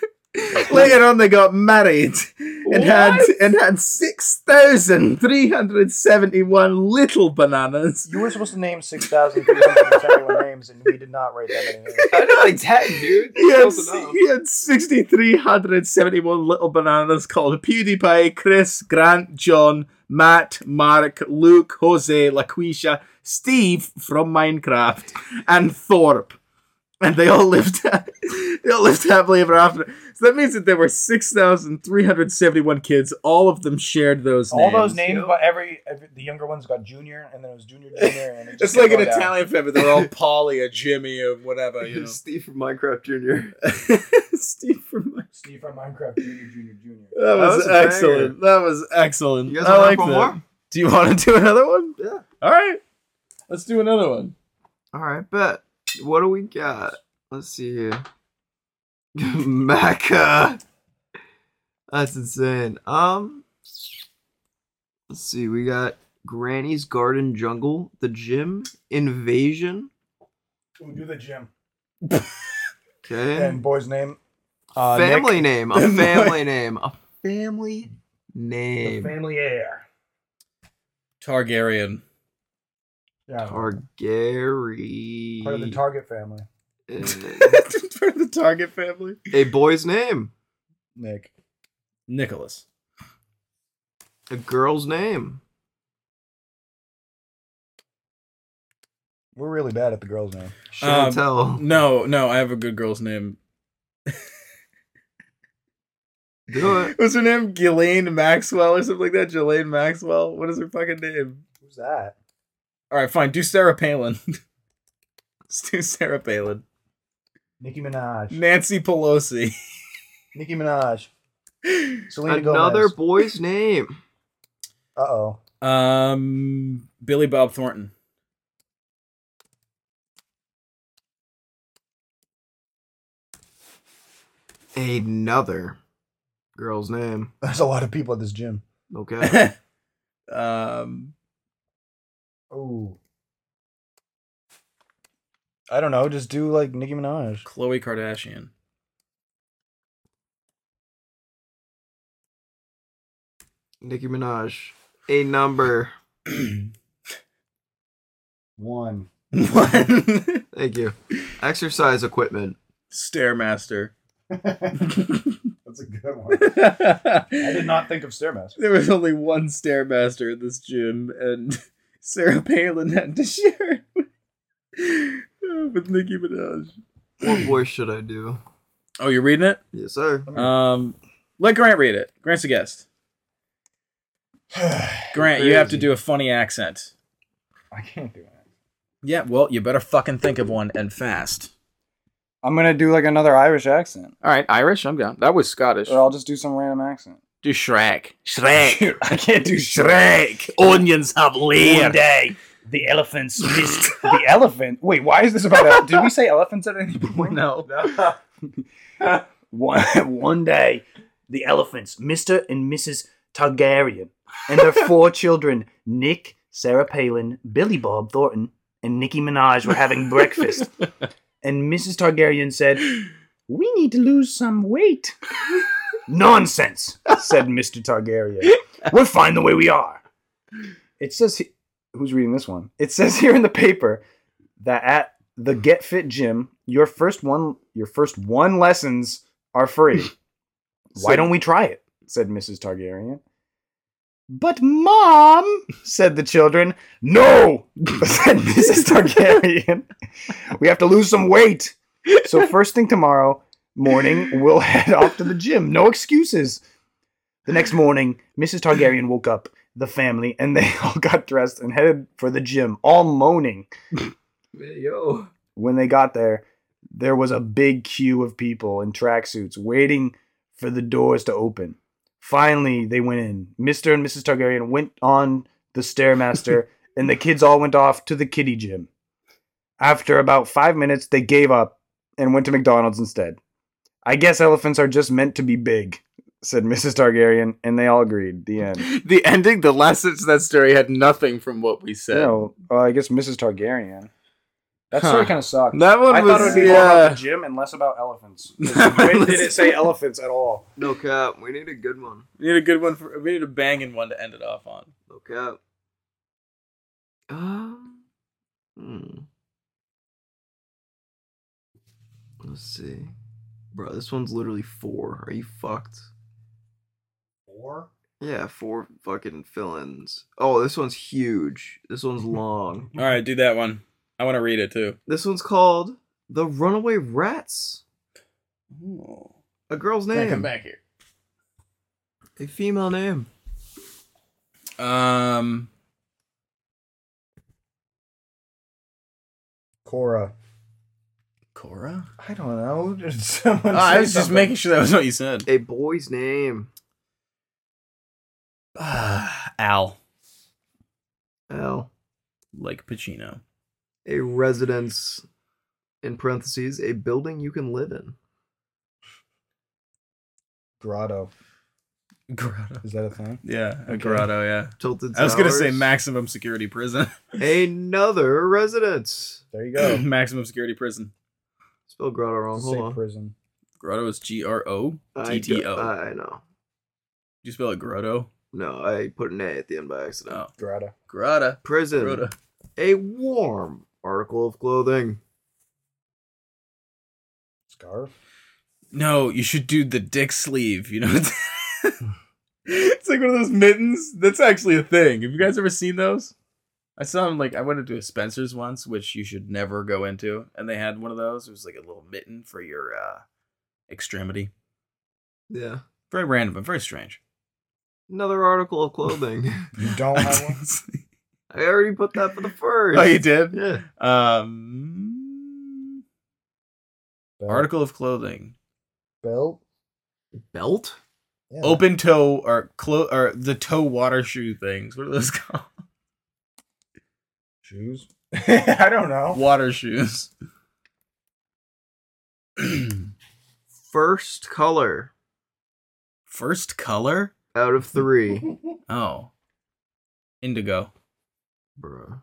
[LAUGHS] later on they got married and had and had six thousand three hundred seventy-one little bananas. You were supposed to name six thousand three hundred seventy-one names, and we did not write that many. Names. I know like ten, [LAUGHS] dude. He had, Close enough. he had 6,371 little bananas called PewDiePie, Chris, Grant, John, Matt, Mark, Luke, Jose, LaQuisha, Steve from Minecraft, and Thorpe. And they all lived [LAUGHS] they all lived happily ever after. So that means that there were 6,371 kids. All of them shared those All names. those names, but every, every the younger ones got junior, and then it was junior, junior, and it just It's like an kept going down. Italian family. They're all Polly or Jimmy or whatever, [LAUGHS] you Steve from Minecraft Junior. know. [LAUGHS] Steve from Steve from Minecraft, junior, junior, junior. That was, was a banger. excellent. That was excellent. You guys I want like one that. more? Do you want to [LAUGHS] do another one? Yeah. All right. Let's do another one. All right, bet. What do we got? Let's see here. [LAUGHS] Mecca. That's insane. Um. Let's see. We got Granny's Garden Jungle, the gym, Invasion. Ooh, do the gym. Okay. And boy's name. Uh, family Nick, [LAUGHS] name. A family name. A family the name. family heir. Targaryen. Yeah. Targaryen. Part of the Target family. Uh, [LAUGHS] For the Target family. a boy's name. Nick. Nicholas. A girl's name. We're really bad at the girl's name. Um, Chantel. Oh. No, no, I have a good girl's name. Do [LAUGHS] it. What's her name? Ghislaine Maxwell or something like that? Ghislaine Maxwell? What is her fucking name? Who's that? All right, fine. Do Sarah Palin. [LAUGHS] Let's do Sarah Palin. Nicki Minaj. Nancy Pelosi. [LAUGHS] Nicki Minaj. Selena Another Gomez. boy's name. Uh oh. Um, Billy Bob Thornton. Another girl's name. [LAUGHS] There's a lot of people at this gym. Okay. [LAUGHS] um, Ooh. I don't know. Just do like Nicki [CLEARS THROAT] Minaj. Chloe Kardashian. Nicki Minaj. A number. One. [LAUGHS] One Thank you. Exercise equipment. [LAUGHS] stairmaster. That's a good one. I did not think of [SIGHS] Stairmaster. [LAUGHS] There was only one stairmaster in this gym, and [LAUGHS] Sarah Palin had to share it with [LAUGHS] Nicki Minaj. What voice should I do? Oh, you're reading it? Yes, sir. Um, let Grant read it. Grant's a guest. Grant, you have to Crazy. do a funny accent. I can't do it. Yeah, well, you better fucking think of one and fast. I'm gonna do like another Irish accent, All right, Irish. I'm down. That was Scottish. or I'll just do some random accent. Do Shrek. Shrek. Dude, [LAUGHS] I can't do shit. Shrek. Onions have layered. day, the elephants missed the elephant. Wait, why is this about? ele- Did we say elephants at any point? No. [LAUGHS] one, one day, the elephants, Mr. and Mrs. Targaryen, and their four children, Nick, Sarah Palin, Billy Bob Thornton, and Nicki Minaj, were having breakfast. And Mrs. Targaryen said, We need to lose some weight. Nonsense, said Mr. Targaryen. We're fine the way we are. It says, he- Who's reading this one? It says [LAUGHS] here in the paper that at the Get Fit Gym, your first one, your first one lessons are free. Why don't we try it? said Mrs. Targaryen. But mom, said the children. No, [LAUGHS] said Mrs. Targaryen. We have to lose some weight. So first thing tomorrow morning, we'll [LAUGHS] head off to the gym. No excuses. The next morning, Mrs. Targaryen woke up the family and they [LAUGHS] all got dressed and headed for the gym, all moaning. Yo. When they got there, there was a big queue of people in tracksuits waiting for the doors to open. Finally, they went in. Mr. and Mrs. Targaryen went on the Stairmaster, and the kids all went off to the kiddie gym. After about five minutes, they gave up and went to McDonald's instead. I guess elephants are just meant to be big, said Mrs. Targaryen, and they all agreed. The end. The ending, the last sentence of that story had nothing from what we said. No, uh, I guess Mrs. Targaryen. That Huh. story kind of sucked. That one I was thought it would be more about the yeah. gym and less about elephants. That Wait, was- did it say elephants at all? No cap. We need a good one. We need a good one for. We need a banging one to end it off on. No cap. Um. Hmm. Let's see. Bro, this one's literally four. Are you fucked? Four. Yeah, four fucking fill-ins. Oh, this one's huge. This [LAUGHS] one's long. All right, do that one. I want to read it too. This one's called The Runaway Rats. A girl's Grant, name. back here. A female name. Um, Cora. Cora. I don't know. [LAUGHS] Did someone Ah, I say was just something? making sure that was what you said. A boy's name. [SIGHS] Al, L. like Pacino. A residence. In parentheses, a building you can live in. grotto. Grotto. Is that a thing? Yeah, a Okay. grotto. Yeah. Tilted I was gonna say Towers. maximum security prison. Another residence. There you go. [LAUGHS] maximum security prison. Spelled grotto wrong. Just Hold say on. prison. Grotto is G R O I T T O. do- Did I know. you spell it grotto? No, I put an A at the end by accident. Oh, Grotto. grotto. Prison. Grotto. A warm article of clothing. Scarf. No, you should do the dick sleeve. You know, it's like one of those mittens. That's actually a thing. Have you guys ever seen those? I saw them like I went into a Spencer's once, which you should never go into, and they had one of those. It was like a little mitten for your uh, extremity. Yeah. Very random, but very strange. [LAUGHS] Another article of clothing. [LAUGHS] You don't have Oh, one. I already put that for the first. oh, you did. Yeah. Um, Belt. [LAUGHS] article of clothing, Belt. Belt? Yeah. open toe or clo- or the toe water shoe things. What are those [LAUGHS] called? Shoes. [LAUGHS] I don't know. Water shoes. [CLEARS THROAT] First color First color? out of [LAUGHS] three. Oh. Indigo. [LAUGHS] Bro.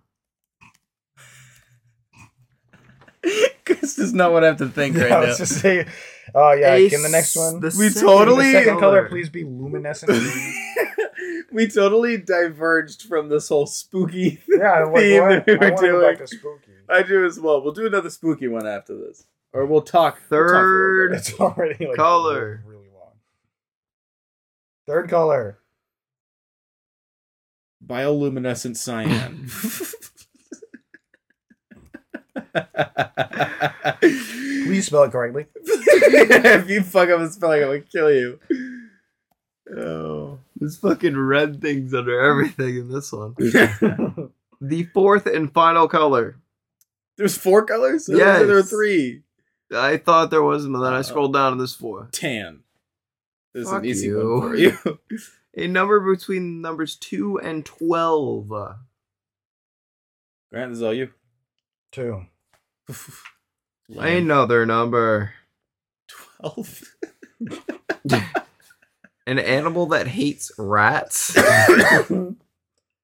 this does not what I have to think [LAUGHS] Yeah, I right now. was just saying. Oh yeah. Can the next one? [LAUGHS] We second totally- [LAUGHS] The second color, please be luminescent. green. we totally diverged from this whole spooky. [LAUGHS] Yeah, like, Theme what? we were I want to go doing. back to spooky. [LAUGHS] I do as well. We'll do another spooky one after this, or we'll talk we'll talk for [LAUGHS] a little bit. It's already like Color. really, really long. Third color. Bioluminescent cyan. [LAUGHS] [LAUGHS] Please spell it correctly. if you fuck up the spelling, I'm gonna kill you. Oh. There's fucking red things under everything in this one. the fourth and final color. [LAUGHS] There's four colors? I thought There were Yes. three. I thought there was, but then I Uh, scrolled down and there's four. Tan. This is Fuck an easy you. one for you. A number between numbers two and twelve. Grant, this is all [LAUGHS] you. Two. Another number. [LAUGHS] 12. An animal that hates rats. [LAUGHS] I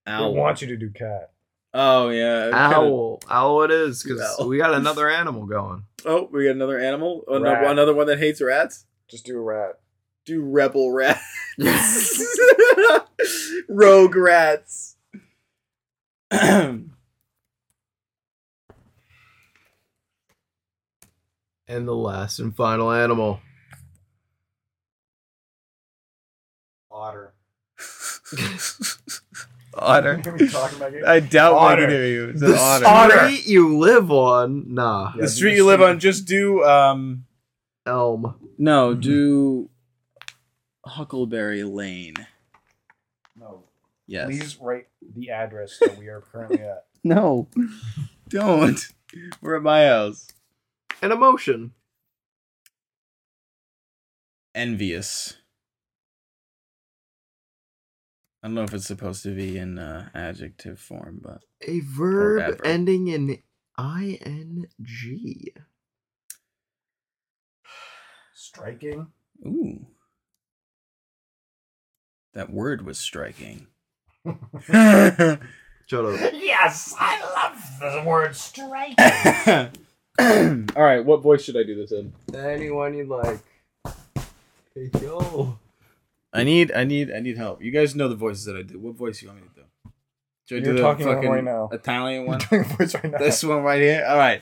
Owl. want you to do cat. oh, yeah. I kinda- Owl. Owl it is, because Owl. we got [LAUGHS] another animal going. Oh, we got another animal. Oh, no, Rat. another one that hates rats. Just do a rat. Do rebel [LAUGHS] rats. [LAUGHS] Rogue rats. [CLEARS THROAT] And the last and final animal. Otter. otter. Can we talk about it? I doubt Otter. I can hear you. It's an The otter. street you live on. Nah. [LAUGHS] Yeah. The street you live on, just do um Elm. No, do Huckleberry Lane. No. Yes. Please write the address that we are currently at. No. Don't. We're at my house. An emotion. Envious. I don't know if it's supposed to be in uh, adjective form, but A bad verb verb. ending in ing. Striking. ooh, that word was [LAUGHS] striking. Shut up. [LAUGHS] Yes, I love the word striking. All right, what voice should I do this in? Anyone you like. Hey, yo. I need, I need, I need help. You guys know the voices that I do. What voice you want me to do? Should I You're do the talking one fucking right now. Italian one? [LAUGHS] Doing voice right now. [LAUGHS] this one right here. All right.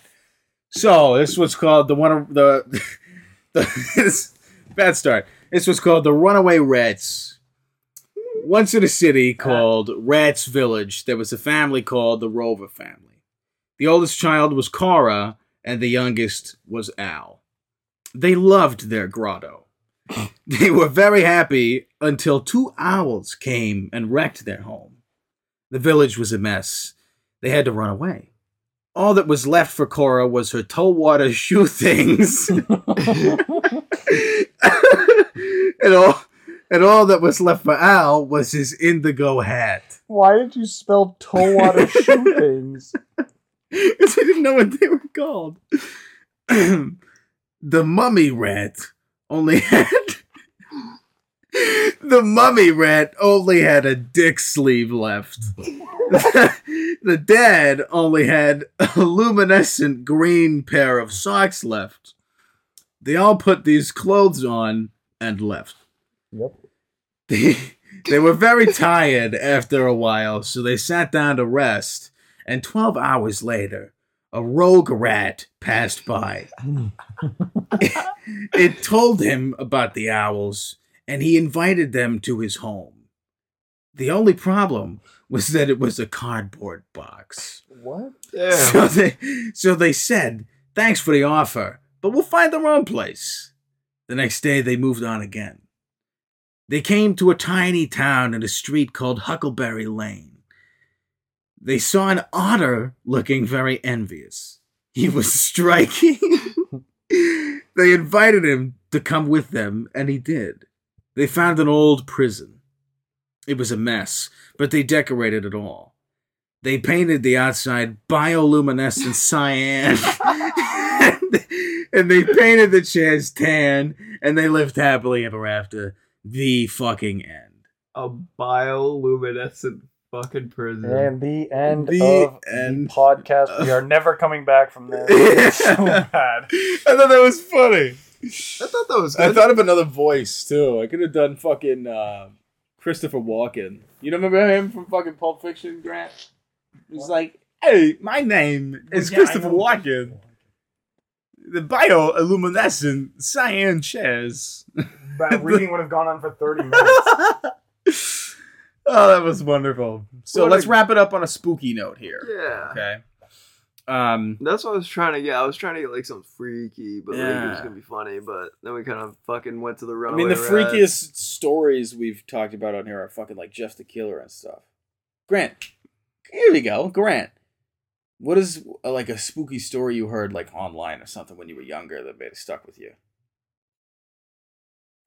So this was called the one the, [LAUGHS] the this, bad start. This was called the Runaway Rats. Once in a city called Rats Village, there was a family called the Rover family. The oldest child was Cora, and the youngest was Al. They loved their grotto. they were very happy until two owls came and wrecked their home. The village was a mess. They had to run away. All that was left for Cora was her toe water [LAUGHS] shoe things. and all and all that was left for Al was his indigo hat. Why did you spell [LAUGHS] toe water shoe things? Because I didn't know what they were called. [CLEARS THROAT] the mummy rat only [LAUGHS] had the mummy rat only had a dick sleeve left. [LAUGHS] the dad only had a luminescent green pair of socks left. They all put these clothes on and left. Yep. [LAUGHS] They, they were very tired after a while, so they sat down to rest. And 12 hours later, a rogue rat passed by. it told him about the owls, and he invited them to his home. The only problem was that it was a cardboard box. What? So they, so they said, thanks for the offer, but we'll find our own place. The next day, they moved on again. They came to a tiny town in a street called Huckleberry Lane. They saw an otter looking very envious. He was [LAUGHS] striking. they invited him to come with them, and he did. They found an old prison. It was a mess, but they decorated it all. They painted the outside bioluminescent cyan. and they painted the chairs tan, and they lived happily ever after. The fucking end. [LAUGHS] A bioluminescent fucking prison. And the end The of end. the podcast. We are never coming back [LAUGHS] from this. It's so bad. I thought that was funny. I thought that was I good. thought of another voice too. I could have done fucking uh, Christopher Walken. You don't remember him from fucking Pulp Fiction, Grant? He's like, hey, my name is Yeah, I Christopher know. Walken. [LAUGHS] The bioluminescent cyan chairs. That reading would have gone on for 30 minutes. [LAUGHS] Oh, that was wonderful. So What let's a- wrap it up on a spooky note here. Yeah. Okay. Um, That's what I was trying to get. I was trying to get like something freaky, but like it was Yeah. gonna be funny. But then we kind of fucking went to the I runaway. mean, the rat. freakiest stories we've talked about on here are fucking like Jeff the Killer and stuff. Grant, here we go. Grant, what is uh, like a spooky story you heard like online or something when you were younger that made stuck with you?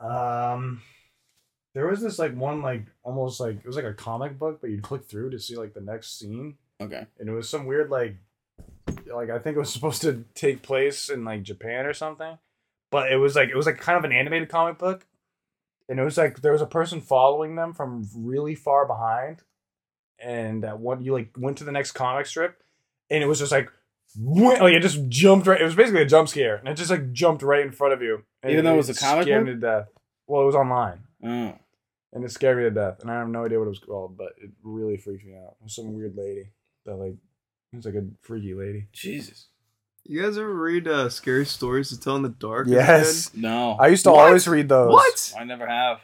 Um, there was this like one like almost like it was like a comic book, but you'd click through to see like the next scene, Okay. and it was some weird like like I think it was [LAUGHS] supposed to take place in like Japan or something, but it was like it was like kind of an animated comic book, and it was like there was a person following them from really far behind, and that one you like went to the next comic strip, and it was just like. went- Like it just jumped right. It was basically a jump scare, and it just like jumped right in front of you. and Even though it was a comic scared book? me to death. Well, it was online, Oh. and it scared me to death. And I have no idea what it was called, but it really freaked me out. It was some weird lady that like it was like a freaky lady. Jesus. You guys ever read uh, scary stories to tell in the dark? as a kid? No. I used to What? always read those. What? I never have.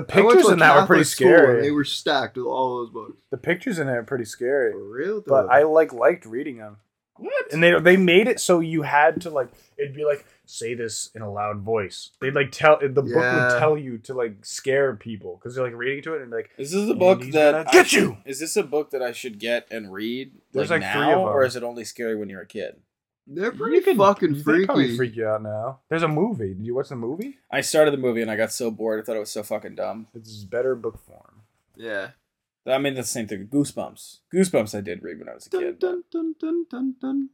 I went pictures to a in that were pretty Catholic school, and scary. They were stacked with all those books. The pictures in it are pretty scary. For real, though. But I like liked reading them. What? And they they made it so you had to like it'd be like say this in a loud voice. They'd like tell the book Yeah. would tell you to like scare people because they're like reading to it and like Is this a And book he's that gonna I get should- you! Is this a book that I should get and read? There's, like, like, now, three of or them. is it only scary when you're a kid? they're you pretty could- fucking they'd freaky. Probably freak you out now. There's a movie. Did you watch the movie? I started the movie and I got so bored. I thought it was so fucking dumb. It's better book form. Yeah. I mean, that's the same thing. Goosebumps. Goosebumps. I did read when I was a Dun kid. but- dun dun dun dun dun.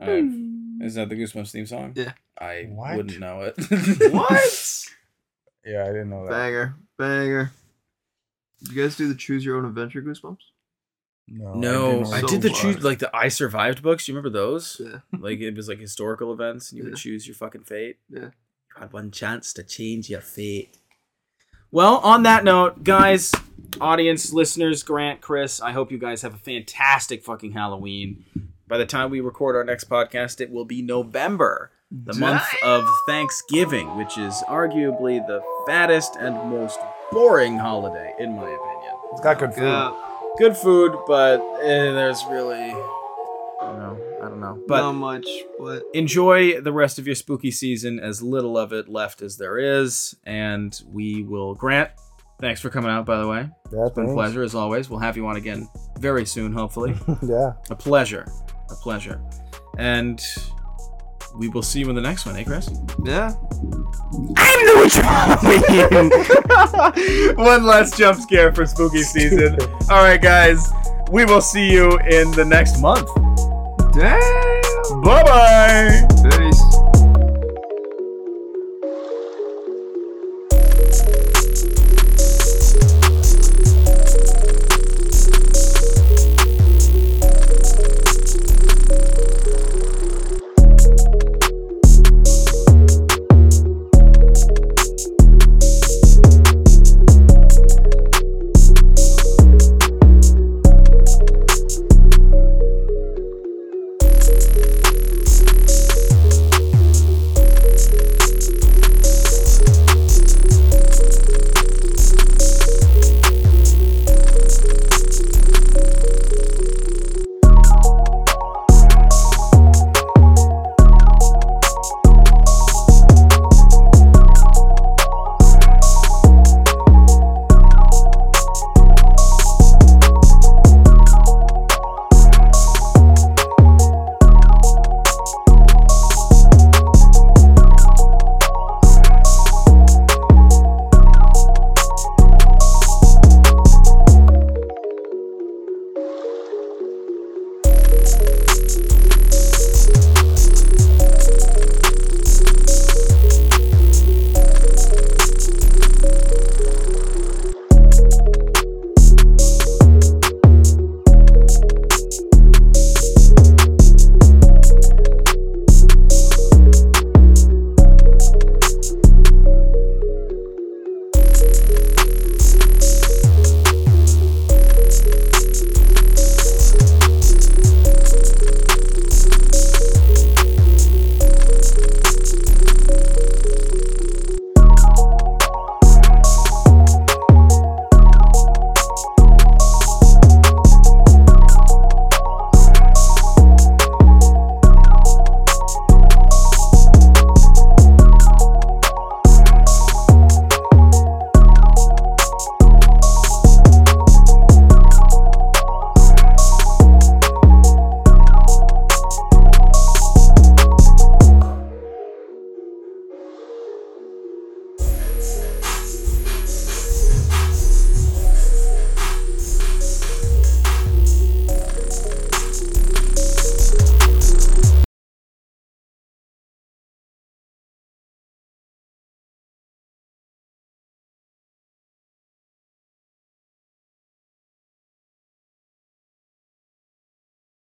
I have- is that the Goosebumps theme song? Yeah. I What? wouldn't know it. [LAUGHS] What? Yeah, I didn't know that. banger, banger. Did you guys do the choose your own adventure goosebumps? Oh, No, No, I So did the what? choose like the I survived books. You remember those? Yeah. Like it was like historical events, and you would Yeah. choose your fucking fate. Yeah. You had one chance to change your fate. Well, on that note, guys, audience, listeners, Grant, Chris, I hope you guys have a fantastic fucking Halloween. By the time we record our next podcast, it will be November, the month of Thanksgiving, which is arguably the fattest and most boring holiday, in my opinion It's got good food. Yeah. good food, but eh, there's really, I don't know, I don't know. But not much, but enjoy the rest of your spooky season, as little of it left as there is, and we will grant. Thanks for coming out, by the way. Yeah, It's been a pleasure as always. We'll have you on again very soon, hopefully. [LAUGHS] yeah. a pleasure, a pleasure, and we will see you in the next one, eh, Chris? yeah. [LAUGHS] One last jump scare for spooky season. All right, guys, we will see you in the next month. Damn. Bye bye.